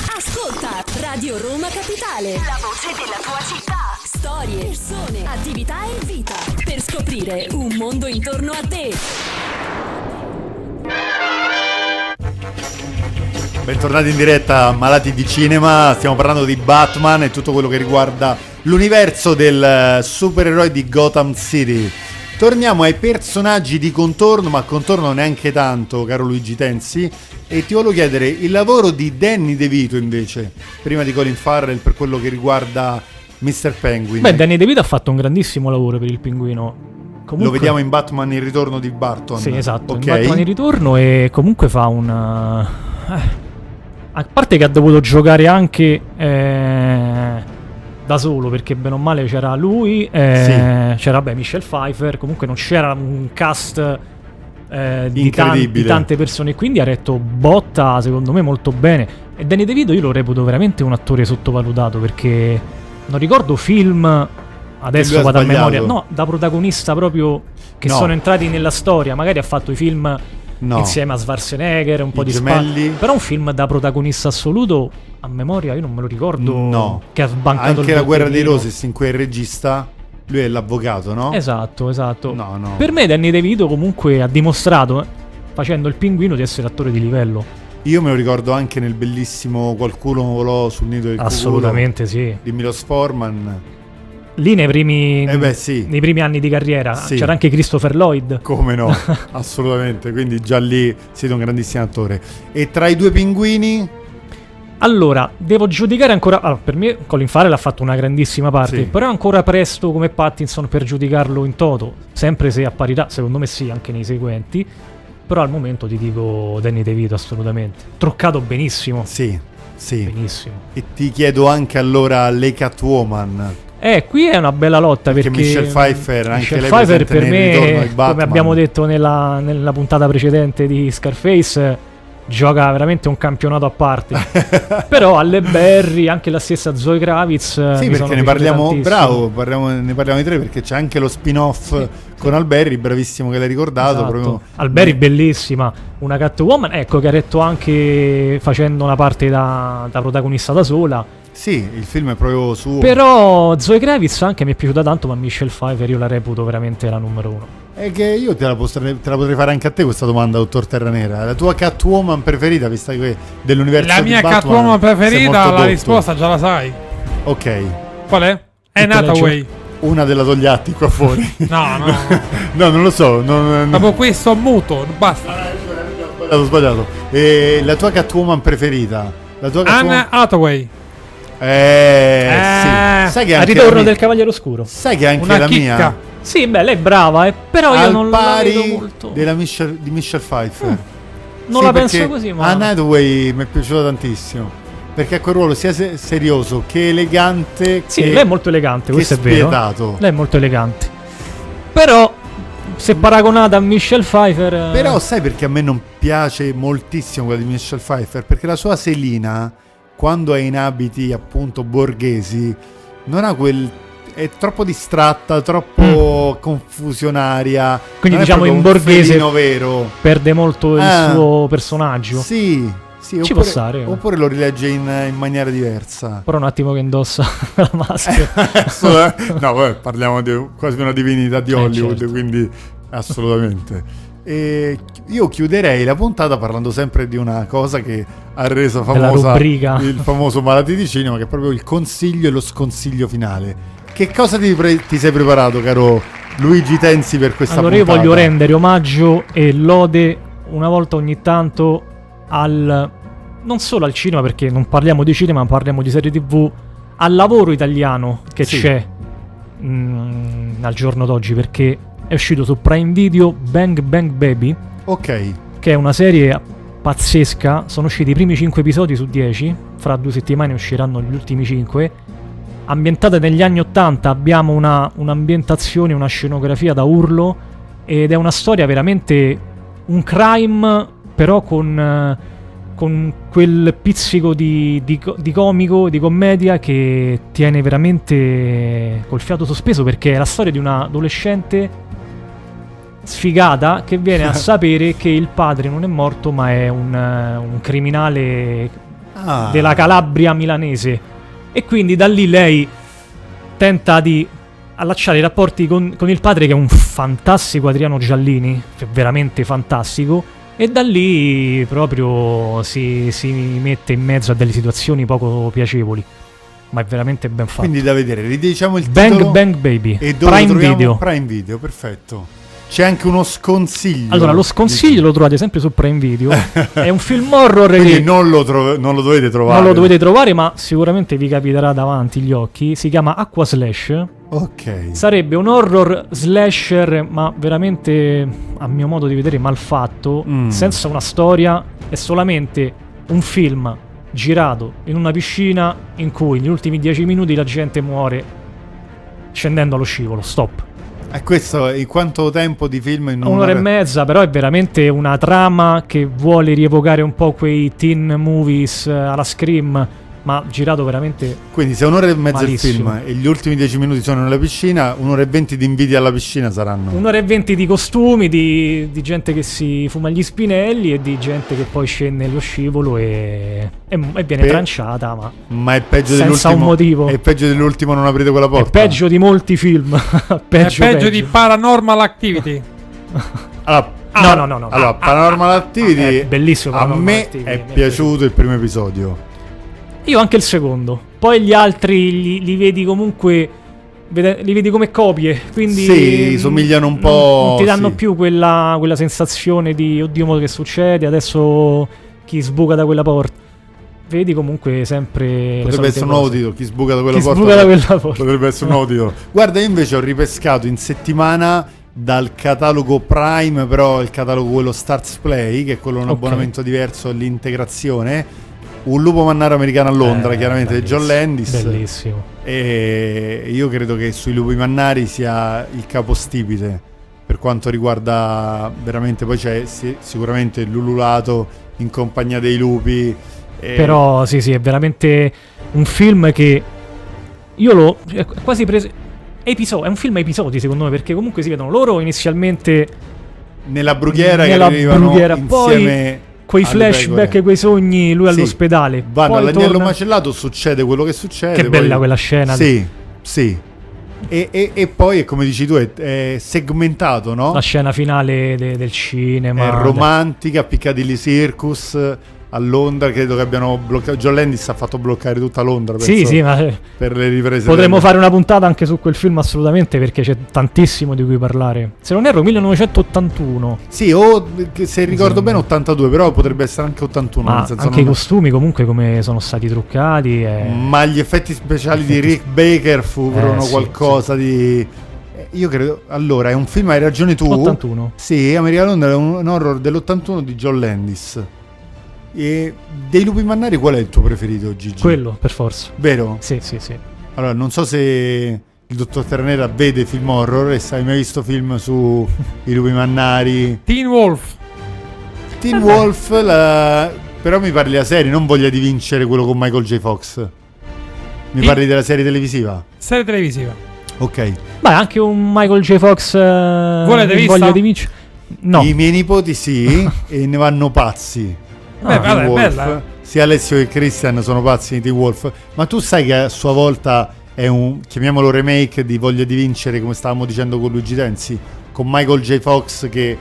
[SPEAKER 9] Ascolta Radio Roma Capitale. La voce della tua città. Storie, persone, attività e vita. Per scoprire un mondo intorno a te.
[SPEAKER 5] Bentornati in diretta a Malati di Cinema, stiamo parlando di Batman e tutto quello che riguarda l'universo del eh, supereroe di Gotham City. Torniamo ai personaggi di contorno, ma contorno neanche tanto, caro Luigi Tensi, e ti volevo chiedere il lavoro di Danny DeVito invece, prima di Colin Farrell per quello che riguarda Mr. Penguin.
[SPEAKER 7] Beh, Danny DeVito ha fatto un grandissimo lavoro per il pinguino. Comunque,
[SPEAKER 5] Lo vediamo in Batman il ritorno di Barton.
[SPEAKER 7] Sì, esatto.
[SPEAKER 5] Ok.
[SPEAKER 7] in Batman in ritorno e comunque fa un... eh, a parte che ha dovuto giocare anche eh, da solo, perché bene o male c'era lui, eh, c'era beh, Michelle Pfeiffer, comunque non c'era un cast eh, di, tan- di
[SPEAKER 5] Incredibile.
[SPEAKER 7] tante persone, quindi ha retto botta secondo me molto bene. E Danny DeVito io lo reputo veramente un attore sottovalutato, perché non ricordo film... Adesso
[SPEAKER 5] lui ha
[SPEAKER 7] vado a
[SPEAKER 5] sbagliato.
[SPEAKER 7] memoria, no, da protagonista proprio che
[SPEAKER 5] No.
[SPEAKER 7] sono entrati nella storia. Magari ha fatto i film
[SPEAKER 5] No.
[SPEAKER 7] insieme a Schwarzenegger, un po' di
[SPEAKER 5] gemelli.
[SPEAKER 7] Spa. Però un film da protagonista assoluto, a memoria, io non me lo ricordo.
[SPEAKER 5] No.
[SPEAKER 7] Che ha sbancato
[SPEAKER 5] Anche
[SPEAKER 7] il
[SPEAKER 5] la guerra dei
[SPEAKER 7] botteghino.
[SPEAKER 5] Roses in cui è il regista, lui è l'avvocato, no?
[SPEAKER 7] Esatto, esatto.
[SPEAKER 5] No, no.
[SPEAKER 7] Per me Danny DeVito comunque ha dimostrato, eh, facendo il pinguino, di essere attore di livello.
[SPEAKER 5] Io me lo ricordo anche nel bellissimo Qualcuno volò sul nido del cuculo
[SPEAKER 7] Assolutamente sì.
[SPEAKER 5] di Milos Forman.
[SPEAKER 7] Lì nei primi,
[SPEAKER 5] Eh beh, sì.
[SPEAKER 7] nei primi anni di carriera
[SPEAKER 5] Sì.
[SPEAKER 7] c'era anche Christopher Lloyd.
[SPEAKER 5] Come no? Assolutamente, quindi già lì siete un grandissimo attore. E tra i due pinguini,
[SPEAKER 7] Allora, devo giudicare ancora. Allora, per me Colin Farrell ha fatto una grandissima parte,
[SPEAKER 5] Sì.
[SPEAKER 7] però è ancora presto come Pattinson per giudicarlo in toto. Sempre se a parità, secondo me sì, anche nei seguenti. Però al momento ti dico Danny DeVito assolutamente. Truccato benissimo.
[SPEAKER 5] sì, sì.
[SPEAKER 7] Benissimo.
[SPEAKER 5] E ti chiedo anche allora le Catwoman.
[SPEAKER 7] Eh, qui è una bella lotta
[SPEAKER 5] Perché
[SPEAKER 7] perché,
[SPEAKER 5] Michelle Pfeiffer, anche
[SPEAKER 7] Michelle
[SPEAKER 5] lei
[SPEAKER 7] Pfeiffer
[SPEAKER 5] presente
[SPEAKER 7] per
[SPEAKER 5] nel ritorno di
[SPEAKER 7] me, come
[SPEAKER 5] Batman.
[SPEAKER 7] abbiamo detto nella, nella puntata precedente di Scarface, eh, gioca veramente un campionato a parte. Però alle Berry, anche la stessa Zoe Kravitz. eh,
[SPEAKER 5] Sì,
[SPEAKER 7] mi sono
[SPEAKER 5] perché ne
[SPEAKER 7] piaciute
[SPEAKER 5] parliamo,
[SPEAKER 7] tantissimo.
[SPEAKER 5] bravo, parliamo- ne parliamo di tre perché c'è anche lo spin-off con Alberri, bravissimo che l'hai ricordato.
[SPEAKER 7] Esatto.
[SPEAKER 5] proprio-
[SPEAKER 7] Alberi bellissima, una Catwoman, ecco che ha retto anche facendo una parte da, da protagonista da sola.
[SPEAKER 5] Sì, il film è proprio suo.
[SPEAKER 7] Però Zoe Kravitz anche mi è piaciuta tanto, ma Michelle Pfeiffer io la reputo veramente la numero uno.
[SPEAKER 5] È che io te la, potrei, te la potrei fare anche a te questa domanda, dottor Terranera. La tua Catwoman preferita, vista che dell'universo
[SPEAKER 6] La
[SPEAKER 5] di
[SPEAKER 6] mia
[SPEAKER 5] Batman,
[SPEAKER 6] Catwoman
[SPEAKER 5] sei molto
[SPEAKER 6] preferita, la
[SPEAKER 5] dotto.
[SPEAKER 6] risposta già la sai.
[SPEAKER 5] Ok,
[SPEAKER 6] Qual è? È
[SPEAKER 7] Tutto
[SPEAKER 6] Hathaway.
[SPEAKER 5] una della Togliatti qua fuori.
[SPEAKER 6] No, no, no.
[SPEAKER 5] no, non lo so, non, non,
[SPEAKER 6] Dopo questo muto, basta.
[SPEAKER 5] ho sbagliato. E la tua Catwoman preferita? La tua Catwoman...
[SPEAKER 6] Anne Hathaway.
[SPEAKER 5] Eh,
[SPEAKER 6] Eh,
[SPEAKER 5] sì. Sai che
[SPEAKER 7] Al
[SPEAKER 5] anche
[SPEAKER 7] ritorno
[SPEAKER 5] la mia-
[SPEAKER 7] del Cavaliere Oscuro.
[SPEAKER 5] Sai che anche
[SPEAKER 6] Una
[SPEAKER 5] la
[SPEAKER 6] chicca.
[SPEAKER 5] mia...
[SPEAKER 7] Sì, beh, lei è brava, eh, però io
[SPEAKER 5] al
[SPEAKER 7] non la vedo
[SPEAKER 5] pari
[SPEAKER 7] molto. Mm,
[SPEAKER 5] della Michelle- di Michelle Pfeiffer.
[SPEAKER 7] Non
[SPEAKER 5] Sì,
[SPEAKER 7] la
[SPEAKER 5] perché
[SPEAKER 7] penso così, ma
[SPEAKER 5] Anne Hathaway mi è piaciuta tantissimo. Perché ha quel ruolo sia se- serioso che elegante.
[SPEAKER 7] Sì,
[SPEAKER 5] che...
[SPEAKER 7] lei è molto elegante,
[SPEAKER 5] che
[SPEAKER 7] questo è vero.
[SPEAKER 5] spietato.
[SPEAKER 7] Lei è molto elegante. Però se paragonata a Michelle Pfeiffer eh,
[SPEAKER 5] Però sai perché a me non piace moltissimo quella di Michelle Pfeiffer? Perché la sua Selina, quando è in abiti appunto borghesi, non ha quel... è troppo distratta, troppo confusionaria.
[SPEAKER 7] Mm. Quindi,
[SPEAKER 5] non è
[SPEAKER 7] diciamo,
[SPEAKER 5] proprio
[SPEAKER 7] in
[SPEAKER 5] un
[SPEAKER 7] borghese-
[SPEAKER 5] felino vero.
[SPEAKER 7] perde molto il
[SPEAKER 5] Ah.
[SPEAKER 7] suo personaggio.
[SPEAKER 5] Sì, sì.
[SPEAKER 7] Ci
[SPEAKER 5] oppure,
[SPEAKER 7] può stare, eh.
[SPEAKER 5] Oppure lo rilegge in, in maniera diversa.
[SPEAKER 7] Però un attimo che indossa la maschera.
[SPEAKER 5] Eh, no, vabbè, parliamo di quasi una divinità di
[SPEAKER 7] Eh,
[SPEAKER 5] Hollywood,
[SPEAKER 7] certo.
[SPEAKER 5] quindi assolutamente. E io chiuderei la puntata parlando sempre di una cosa che ha reso famosa
[SPEAKER 7] rubrica.
[SPEAKER 5] il famoso Malati di Cinema, che è proprio il consiglio e lo sconsiglio finale. Che cosa ti, pre- ti sei preparato, caro Luigi Tensi, per questa
[SPEAKER 7] allora io
[SPEAKER 5] puntata?
[SPEAKER 7] voglio rendere omaggio e lode una volta ogni tanto al non solo al cinema perché non parliamo di cinema, ma parliamo di serie TV, al lavoro italiano che
[SPEAKER 5] Sì.
[SPEAKER 7] c'è mm, al giorno d'oggi perché è uscito su Prime Video Bang Bang Baby
[SPEAKER 5] Ok,
[SPEAKER 7] che è una serie pazzesca. Sono usciti i primi 5 episodi su 10, fra due settimane usciranno gli ultimi 5. Ambientata negli anni 80, abbiamo una- un'ambientazione, una scenografia da urlo ed è una storia veramente un crime, però con, eh, con quel pizzico di, di co- di comico, di commedia che tiene veramente col fiato sospeso perché è la storia di una adolescente sfigata che viene a sapere che il padre non è morto ma è un, eh, un criminale
[SPEAKER 5] Ah.
[SPEAKER 7] della Calabria milanese. E quindi da lì lei tenta di allacciare i rapporti con, con il padre, che è un fantastico Adriano Giallini, cioè veramente fantastico. E da lì proprio si, si mette in mezzo a delle situazioni poco piacevoli. Ma è veramente ben fatto.
[SPEAKER 5] Quindi da vedere, ridiciamo il
[SPEAKER 7] Bang
[SPEAKER 5] titolo.
[SPEAKER 7] Bang Baby,
[SPEAKER 5] E dove lo
[SPEAKER 7] Prime
[SPEAKER 5] troviamo?
[SPEAKER 7] Video.
[SPEAKER 5] Prime Video, perfetto. C'è anche uno sconsiglio.
[SPEAKER 7] Allora, lo sconsiglio lo trovate sempre su Prime Video. è un film horror
[SPEAKER 5] Quindi
[SPEAKER 7] che
[SPEAKER 5] non lo, tro- non lo dovete trovare.
[SPEAKER 7] non lo dovete trovare, ma sicuramente vi capiterà davanti gli occhi. Si chiama Aqua Slash.
[SPEAKER 5] Ok.
[SPEAKER 7] Sarebbe un horror slasher, ma veramente, a mio modo di vedere, mal fatto,
[SPEAKER 5] Mm.
[SPEAKER 7] senza una storia, è solamente un film girato in una piscina in cui negli ultimi dieci minuti la gente muore scendendo allo scivolo, stop.
[SPEAKER 5] E questo è quanto tempo di film in
[SPEAKER 7] Un'ora e mezza, però è veramente una trama che vuole rievocare un po' quei teen movies eh, alla Scream, ma girato veramente
[SPEAKER 5] Quindi se è un'ora e mezza
[SPEAKER 7] Malissimo.
[SPEAKER 5] il film e gli ultimi dieci minuti sono nella piscina, un'ora e venti di invidia alla piscina saranno.
[SPEAKER 7] Un'ora e venti di costumi, di, di gente che si fuma gli spinelli e di gente che poi scende nello scivolo e, e- e viene
[SPEAKER 5] Per-
[SPEAKER 7] tranciata. Ma
[SPEAKER 5] Ma è peggio
[SPEAKER 7] Senza
[SPEAKER 5] dell'ultimo.
[SPEAKER 7] un motivo.
[SPEAKER 5] È peggio dell'ultimo non aprite quella
[SPEAKER 7] è
[SPEAKER 5] porta.
[SPEAKER 7] peggio di molti film. peggio,
[SPEAKER 6] è peggio, di Paranormal Activity.
[SPEAKER 5] Allora, ah,
[SPEAKER 7] No, no, no, ah, no.
[SPEAKER 5] Allora, Paranormal Activity
[SPEAKER 7] È eh, bellissimo
[SPEAKER 5] A
[SPEAKER 7] Paranormal
[SPEAKER 5] me
[SPEAKER 7] Activity,
[SPEAKER 5] è
[SPEAKER 7] mi è
[SPEAKER 5] piaciuto il primo episodio.
[SPEAKER 7] Io anche il secondo. Poi gli altri li, li vedi comunque. vede- Li vedi come copie, quindi
[SPEAKER 5] Sì,
[SPEAKER 7] mm,
[SPEAKER 5] somigliano un
[SPEAKER 7] non-
[SPEAKER 5] po',
[SPEAKER 7] Non ti danno
[SPEAKER 5] sì.
[SPEAKER 7] più quella, quella sensazione di oddio, mo che succede adesso chi sbuca da quella porta. Vedi comunque sempre. le
[SPEAKER 5] Potrebbe
[SPEAKER 7] solite
[SPEAKER 5] essere un nuovo
[SPEAKER 7] cose.
[SPEAKER 5] titolo. Chi sbuca da quella
[SPEAKER 7] Chi
[SPEAKER 5] porta.
[SPEAKER 7] sbuca da quella porta.
[SPEAKER 5] Potrebbe essere un nuovo titolo. Guarda, io invece ho ripescato in settimana dal catalogo Prime, però il catalogo quello Starts Play, che è quello un
[SPEAKER 7] Ok.
[SPEAKER 5] abbonamento diverso all'integrazione. Un lupo mannaro americano a Londra,
[SPEAKER 7] Eh,
[SPEAKER 5] chiaramente di John
[SPEAKER 7] bellissimo,
[SPEAKER 5] Landis.
[SPEAKER 7] Bellissimo.
[SPEAKER 5] E io credo che sui lupi mannari sia il capostipite per quanto riguarda veramente poi c'è si- sicuramente l'ululato in compagnia dei lupi e-
[SPEAKER 7] Però sì, sì, è veramente un film che io l'ho è quasi preso episo- è un film a episodi secondo me perché comunque si vedono loro inizialmente
[SPEAKER 5] nella brughiera
[SPEAKER 7] nella
[SPEAKER 5] che arrivano
[SPEAKER 7] brughiera,
[SPEAKER 5] insieme
[SPEAKER 7] poi quei
[SPEAKER 5] alle
[SPEAKER 7] flashback
[SPEAKER 5] pecore.
[SPEAKER 7] e quei sogni lui
[SPEAKER 5] Sì.
[SPEAKER 7] all'ospedale.
[SPEAKER 5] vanno
[SPEAKER 7] poi
[SPEAKER 5] all'agnello
[SPEAKER 7] torna-
[SPEAKER 5] macellato succede quello che succede
[SPEAKER 7] Che
[SPEAKER 5] poi-
[SPEAKER 7] bella quella scena.
[SPEAKER 5] sì sì e, e- e poi è come dici tu è, è segmentato no?
[SPEAKER 7] La scena finale de- del cinema.
[SPEAKER 5] è
[SPEAKER 7] del-
[SPEAKER 5] romantica, Piccadilly Circus a Londra, credo che abbiano bloccato. John Landis ha fatto bloccare tutta Londra penso,
[SPEAKER 7] Sì, sì, ma eh,
[SPEAKER 5] per le riprese.
[SPEAKER 7] potremmo
[SPEAKER 5] delle-
[SPEAKER 7] fare una puntata anche su quel film assolutamente perché c'è tantissimo di cui parlare. Se non erro 1981.
[SPEAKER 5] Sì, o che se ricordo bene 82, però potrebbe essere anche 81.
[SPEAKER 7] Ma
[SPEAKER 5] nel senso,
[SPEAKER 7] anche i
[SPEAKER 5] non-
[SPEAKER 7] costumi comunque come sono stati truccati è
[SPEAKER 5] Ma gli effetti speciali di Rick Baker furono
[SPEAKER 7] Eh, sì,
[SPEAKER 5] qualcosa di. eh, Io credo. Allora, è un film, hai ragione tu.
[SPEAKER 7] 81.
[SPEAKER 5] Sì, America Londra è un, un horror dell'81 di John Landis. E dei lupi mannari qual è il tuo preferito, Gigi?
[SPEAKER 7] quello per forza.
[SPEAKER 5] Vero?
[SPEAKER 7] Sì, sì, sì.
[SPEAKER 5] Allora, non so se il dottor Ternera vede film horror e se hai mai visto film su I lupi mannari.
[SPEAKER 6] Teen Wolf.
[SPEAKER 5] Teen Wolf, la- però mi parli della serie, non voglia di vincere quello con Michael J. Fox. Mi
[SPEAKER 6] Sì.
[SPEAKER 5] parli della serie televisiva?
[SPEAKER 6] Serie televisiva.
[SPEAKER 5] Ok.
[SPEAKER 7] Beh, anche un Michael J. Fox eh,
[SPEAKER 6] Volete
[SPEAKER 7] in
[SPEAKER 6] vista?
[SPEAKER 7] voglia di vincere. No,
[SPEAKER 5] I miei nipoti sì, e ne vanno pazzi.
[SPEAKER 6] Beh,
[SPEAKER 5] Teen
[SPEAKER 6] vabbè,
[SPEAKER 5] Wolf.
[SPEAKER 6] bella. eh.
[SPEAKER 5] Sia Alessio che Christian sono pazzi di Teen Wolf, ma tu sai che a sua volta è un, chiamiamolo remake di Voglia di vincere, come stavamo dicendo con Luigi Tenzi, con Michael J. Fox che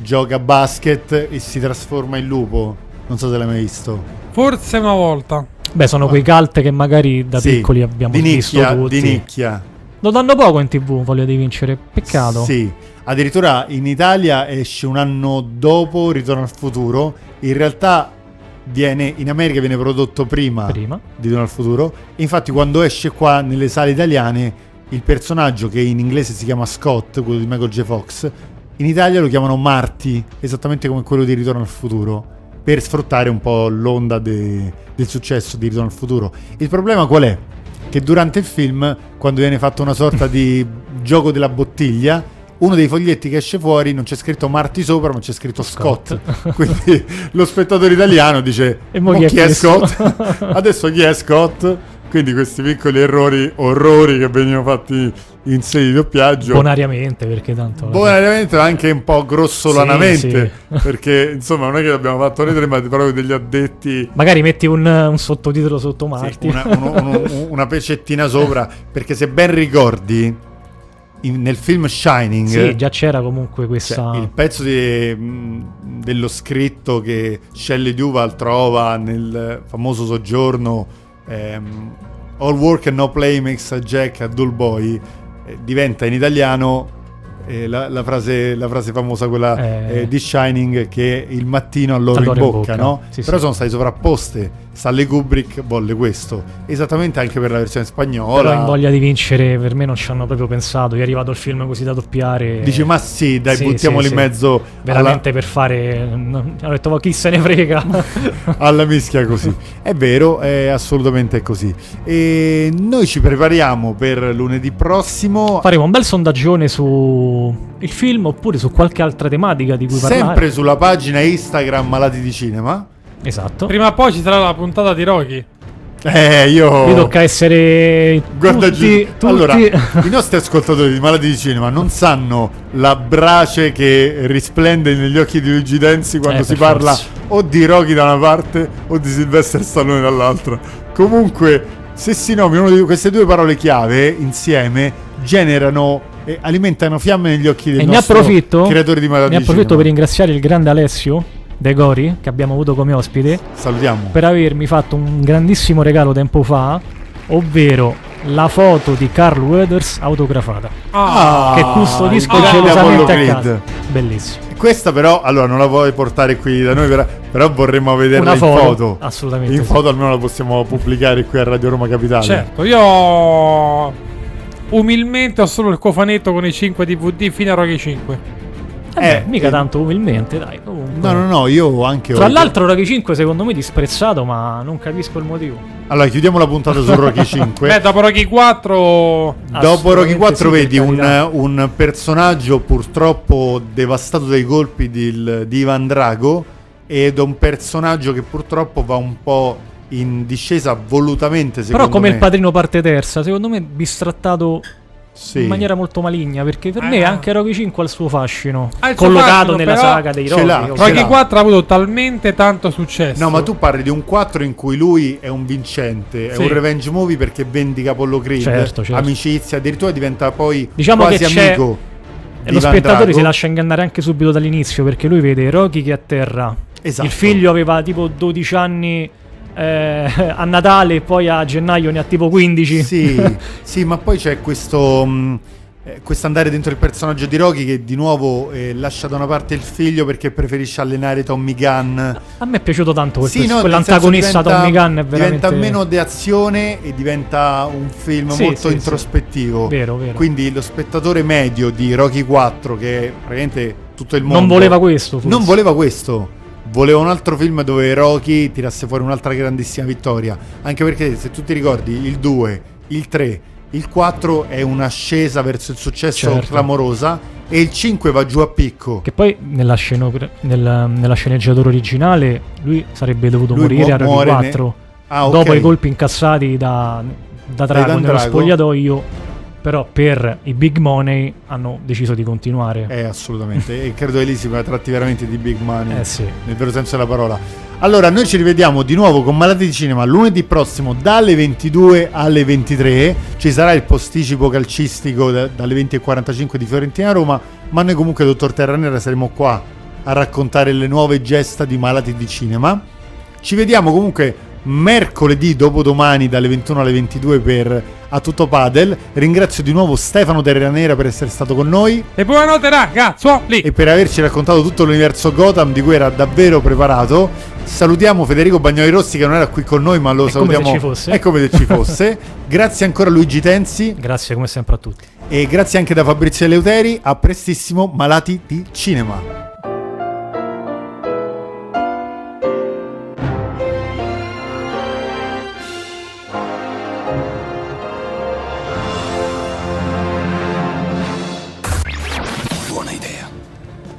[SPEAKER 5] gioca a basket e si trasforma in lupo. Non so se l'hai mai visto.
[SPEAKER 6] Forse una volta.
[SPEAKER 7] beh, sono quei cult che magari da
[SPEAKER 5] Sì,
[SPEAKER 7] piccoli abbiamo
[SPEAKER 5] di
[SPEAKER 7] visto
[SPEAKER 5] nicchia,
[SPEAKER 7] tutti.
[SPEAKER 5] Di nicchia.
[SPEAKER 7] Lo danno poco in tv, voglia di vincere. Peccato.
[SPEAKER 5] Sì, addirittura in Italia esce un anno dopo Ritorno al futuro. In realtà viene, in America viene prodotto prima,
[SPEAKER 7] Prima.
[SPEAKER 5] di Ritorno al futuro. E infatti quando esce qua nelle sale italiane il personaggio che in inglese si chiama Scott, quello di Michael J. Fox, in Italia lo chiamano Marty, esattamente come quello di Ritorno al futuro, per sfruttare un po' l'onda de- del successo di Ritorno al futuro. Il problema qual è? Che durante il film, quando viene fatto una sorta di gioco della bottiglia, uno dei foglietti che esce fuori non c'è scritto Marty sopra, ma c'è scritto Scott. Quindi lo spettatore italiano dice:
[SPEAKER 7] E mo
[SPEAKER 5] "Ma
[SPEAKER 7] chi è
[SPEAKER 5] chi è
[SPEAKER 7] questo?"
[SPEAKER 5] Scott? Adesso chi è Scott? Quindi questi piccoli errori, orrori che venivano fatti in sede di doppiaggio.
[SPEAKER 7] Bonariamente, perché tanto...
[SPEAKER 5] Boh, Bonariamente ma anche un po' grossolanamente,
[SPEAKER 7] Sì, sì.
[SPEAKER 5] perché insomma non è che l'abbiamo fatto noi tre, ma proprio degli addetti
[SPEAKER 7] Magari metti un, un sottotitolo sotto
[SPEAKER 5] sì,
[SPEAKER 7] Marti.
[SPEAKER 5] una, uno- uno- una pecettina sopra, perché se ben ricordi in- nel film Shining
[SPEAKER 7] Sì, già c'era comunque questa...
[SPEAKER 5] cioè, il pezzo di- mh, dello scritto che Shelley Duval trova nel famoso soggiorno ehm, All work and no play makes a Jack a dull boy eh, diventa in italiano eh, la, la frase, la frase famosa quella
[SPEAKER 7] Eh.
[SPEAKER 5] eh, di Shining che il mattino allora,
[SPEAKER 7] Allora
[SPEAKER 5] in
[SPEAKER 7] in
[SPEAKER 5] bocca,
[SPEAKER 7] bocca.
[SPEAKER 5] no?
[SPEAKER 7] Sì,
[SPEAKER 5] però
[SPEAKER 7] sì.
[SPEAKER 5] sono state sovrapposte Stanley Kubrick volle questo esattamente anche per la versione
[SPEAKER 7] Però in
[SPEAKER 5] spagnola
[SPEAKER 7] voglia di vincere, per me non ci hanno proprio pensato. Gli è arrivato il film così da doppiare.
[SPEAKER 5] Dici, ma sì, dai, buttiamolo in mezzo
[SPEAKER 7] Veramente per fare. no, Hanno detto, ma chi se ne frega.
[SPEAKER 5] alla mischia così. È vero, è assolutamente così. E noi ci prepariamo per lunedì prossimo.
[SPEAKER 7] Faremo un bel sondaggione su il film oppure su qualche altra tematica di cui parlare.
[SPEAKER 5] Sempre sulla pagina Instagram Malati di Cinema.
[SPEAKER 7] Esatto.
[SPEAKER 6] Prima o poi ci sarà la puntata di Rocky.
[SPEAKER 5] Eh,
[SPEAKER 7] Mi
[SPEAKER 5] io.
[SPEAKER 7] tocca essere.
[SPEAKER 5] Guarda
[SPEAKER 7] tutti,
[SPEAKER 5] giù.
[SPEAKER 7] tutti-
[SPEAKER 5] Allora, i nostri ascoltatori di Malati di Cinema non sanno la brace che risplende negli occhi di Luigi Denzi quando
[SPEAKER 7] Eh,
[SPEAKER 5] si
[SPEAKER 7] per
[SPEAKER 5] parla
[SPEAKER 7] forza.
[SPEAKER 5] o di Rocky da una parte o di Sylvester Stallone dall'altra. Comunque, se si nomina una di queste due parole chiave insieme, generano e alimentano fiamme negli occhi del
[SPEAKER 7] E ne
[SPEAKER 5] nostro
[SPEAKER 7] approfitto,
[SPEAKER 5] creatore di Malati
[SPEAKER 7] ne
[SPEAKER 5] di
[SPEAKER 7] approfitto per
[SPEAKER 5] Cinema.
[SPEAKER 7] ringraziare il grande Alessio De Gori, che abbiamo avuto come ospite,
[SPEAKER 5] Salutiamo.
[SPEAKER 7] per avermi fatto un grandissimo regalo tempo fa, ovvero la foto di Carl Weathers autografata.
[SPEAKER 5] Ah,
[SPEAKER 7] che custodisco
[SPEAKER 5] il
[SPEAKER 7] gelosamente a
[SPEAKER 5] Apollo
[SPEAKER 7] casa.
[SPEAKER 5] Creed.
[SPEAKER 7] Bellissimo.
[SPEAKER 5] Questa però, allora non la vuoi portare qui da noi, però, però vorremmo vederla
[SPEAKER 7] Una
[SPEAKER 5] in
[SPEAKER 7] foto,
[SPEAKER 5] foto.
[SPEAKER 7] assolutamente
[SPEAKER 5] In
[SPEAKER 7] sì.
[SPEAKER 5] foto almeno la possiamo pubblicare qui a Radio Roma Capitale.
[SPEAKER 6] Certo, io umilmente ho solo il cofanetto con i 5 DVD fino a Rocky 5.
[SPEAKER 7] Eh,
[SPEAKER 5] Eh,
[SPEAKER 7] mica
[SPEAKER 5] eh.
[SPEAKER 7] tanto umilmente, dai. Comunque.
[SPEAKER 5] No, no, no, io anche
[SPEAKER 7] Tra
[SPEAKER 5] ho-
[SPEAKER 7] l'altro Rocky 5 secondo me disprezzato, ma non capisco il motivo.
[SPEAKER 5] Allora, chiudiamo la puntata su Rocky 5.
[SPEAKER 6] Beh, dopo Rocky 4
[SPEAKER 5] Dopo Rocky
[SPEAKER 7] assolutamente
[SPEAKER 5] 4
[SPEAKER 7] sì, per
[SPEAKER 5] vedi un,
[SPEAKER 7] carità.
[SPEAKER 5] un personaggio purtroppo devastato dai colpi di, di Ivan Drago ed un personaggio che purtroppo va un po' in discesa volutamente secondo
[SPEAKER 7] Però come
[SPEAKER 5] me.
[SPEAKER 7] il padrino parte terza, secondo me bistrattato
[SPEAKER 5] Sì.
[SPEAKER 7] in maniera molto maligna, perché per me
[SPEAKER 6] Ah.
[SPEAKER 7] anche Rocky 5 ha il suo fascino,
[SPEAKER 6] Ha il suo
[SPEAKER 7] collocato
[SPEAKER 6] fascino,
[SPEAKER 7] nella
[SPEAKER 6] però
[SPEAKER 7] saga dei
[SPEAKER 5] ce
[SPEAKER 7] Rocky.
[SPEAKER 5] l'ha,
[SPEAKER 7] ovviamente.
[SPEAKER 5] ce l'ha.
[SPEAKER 6] Rocky 4 ha avuto talmente tanto successo.
[SPEAKER 5] No, ma tu parli di un 4 in cui lui è un vincente, è
[SPEAKER 6] Sì.
[SPEAKER 5] un revenge movie perché vendica Apollo Creed,
[SPEAKER 7] Certo, certo.
[SPEAKER 5] amicizia, addirittura diventa poi
[SPEAKER 7] Diciamo
[SPEAKER 5] quasi
[SPEAKER 7] che c'è-
[SPEAKER 5] amico.
[SPEAKER 7] E
[SPEAKER 5] di
[SPEAKER 7] lo
[SPEAKER 5] Van
[SPEAKER 7] spettatore
[SPEAKER 5] Drago.
[SPEAKER 7] si lascia ingannare anche subito dall'inizio perché lui vede Rocky che atterra.
[SPEAKER 5] Esatto.
[SPEAKER 7] Il figlio aveva tipo 12 anni eh, a Natale e poi a gennaio ne ha tipo 15.
[SPEAKER 5] Sì, sì, ma poi c'è questo. mh, eh, questo andare dentro il personaggio di Rocky che di nuovo eh, lascia da una parte il figlio perché preferisce allenare Tommy Gunn.
[SPEAKER 7] A me è piaciato tanto Ah, questo,
[SPEAKER 5] Sì, no, nel senso
[SPEAKER 7] quell'antagonista
[SPEAKER 5] diventa-
[SPEAKER 7] Tommy Gunn è veramente
[SPEAKER 5] Diventa meno di azione e diventa un film
[SPEAKER 7] Sì,
[SPEAKER 5] molto
[SPEAKER 7] sì,
[SPEAKER 5] introspettivo.
[SPEAKER 7] sì. Vero, vero.
[SPEAKER 5] Quindi lo spettatore medio di Rocky 4, che praticamente tutto il mondo.
[SPEAKER 7] Non voleva questo, forse.
[SPEAKER 5] Non voleva questo. Voleva un altro film dove Rocky tirasse fuori un'altra grandissima vittoria. Anche perché, se tu ti ricordi, il 2, il 3, il 4 è un'ascesa verso il successo
[SPEAKER 7] Certo.
[SPEAKER 5] clamorosa. E il 5 va giù a picco.
[SPEAKER 7] Che poi nella, scenogra- nel- nella sceneggiatura originale lui sarebbe dovuto
[SPEAKER 5] Lui
[SPEAKER 7] morire
[SPEAKER 5] mu-
[SPEAKER 7] a Rocky
[SPEAKER 5] muore ne-
[SPEAKER 7] 4
[SPEAKER 5] Ah, ok.
[SPEAKER 7] dopo i colpi incassati da, da Drago
[SPEAKER 5] Dan
[SPEAKER 7] nello
[SPEAKER 5] Drago.
[SPEAKER 7] spogliatoio. Però per i big money hanno deciso di continuare.
[SPEAKER 5] Eh, assolutamente. e credo che lì si tratti veramente di big money.
[SPEAKER 7] Eh, sì.
[SPEAKER 5] Nel vero senso della parola. Allora, noi ci rivediamo di nuovo con Malati di Cinema lunedì prossimo dalle 22 alle 23. Ci sarà il posticipo calcistico da- dalle 20.45 di Fiorentina a Roma. Ma noi comunque, dottor Terranera, saremo qua a raccontare le nuove gesta di Malati di Cinema. Ci vediamo comunque mercoledì dopodomani dalle 21 alle 22 per A Tutto Padel. Ringrazio di nuovo Stefano Terranera per essere stato con noi
[SPEAKER 6] E buonanotte ragazzuoli!
[SPEAKER 5] e per averci raccontato tutto l'universo Gotham di cui era davvero preparato. Salutiamo Federico Bagnoli Rossi che non era qui con noi, ma lo
[SPEAKER 7] È come
[SPEAKER 5] salutiamo.
[SPEAKER 7] se ci fosse.
[SPEAKER 5] È come se ci fosse. grazie ancora a Luigi Tenzi
[SPEAKER 7] Grazie come sempre a tutti.
[SPEAKER 5] e grazie anche da Fabrizio Eleuteri. A prestissimo, malati di cinema.
[SPEAKER 10] Buona idea.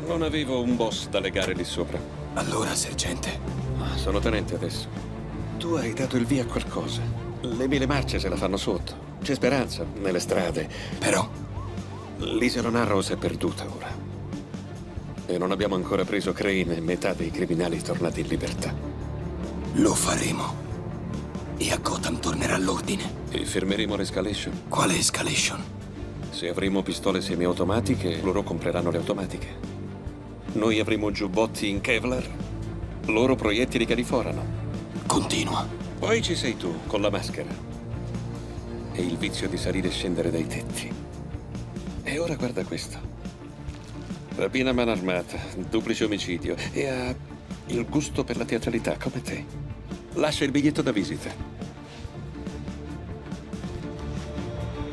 [SPEAKER 11] Non avevo un boss da legare lì sopra. Ah,
[SPEAKER 10] Allora, sergente,
[SPEAKER 11] Sono tenente adesso. Tu hai dato il via a qualcosa. Le mille marce se la fanno sotto. C'è speranza nelle strade. Però l'isola Narrows è perduta ora. E non abbiamo ancora preso Crane e metà dei criminali tornati in libertà.
[SPEAKER 4] Lo faremo. E a Gotham tornerà l'ordine.
[SPEAKER 11] E fermeremo l'escalation.
[SPEAKER 4] Quale escalation?
[SPEAKER 11] Se avremo pistole semiautomatiche, loro compreranno le automatiche. Noi avremo giubbotti in Kevlar, loro proiettili che li forano.
[SPEAKER 4] Continua.
[SPEAKER 11] Poi ci sei tu, con la maschera. E il vizio di salire e scendere dai tetti. E ora guarda questo. Rapina a mano armata, duplice omicidio e ha il gusto per la teatralità come te. Lascia il biglietto da visita.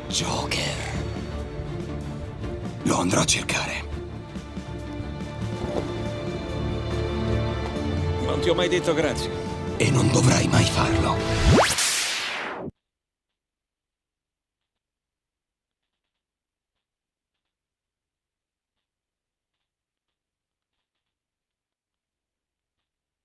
[SPEAKER 4] Joker. Lo andrò a cercare.
[SPEAKER 11] Non ti ho mai detto grazie.
[SPEAKER 4] E non dovrai mai farlo.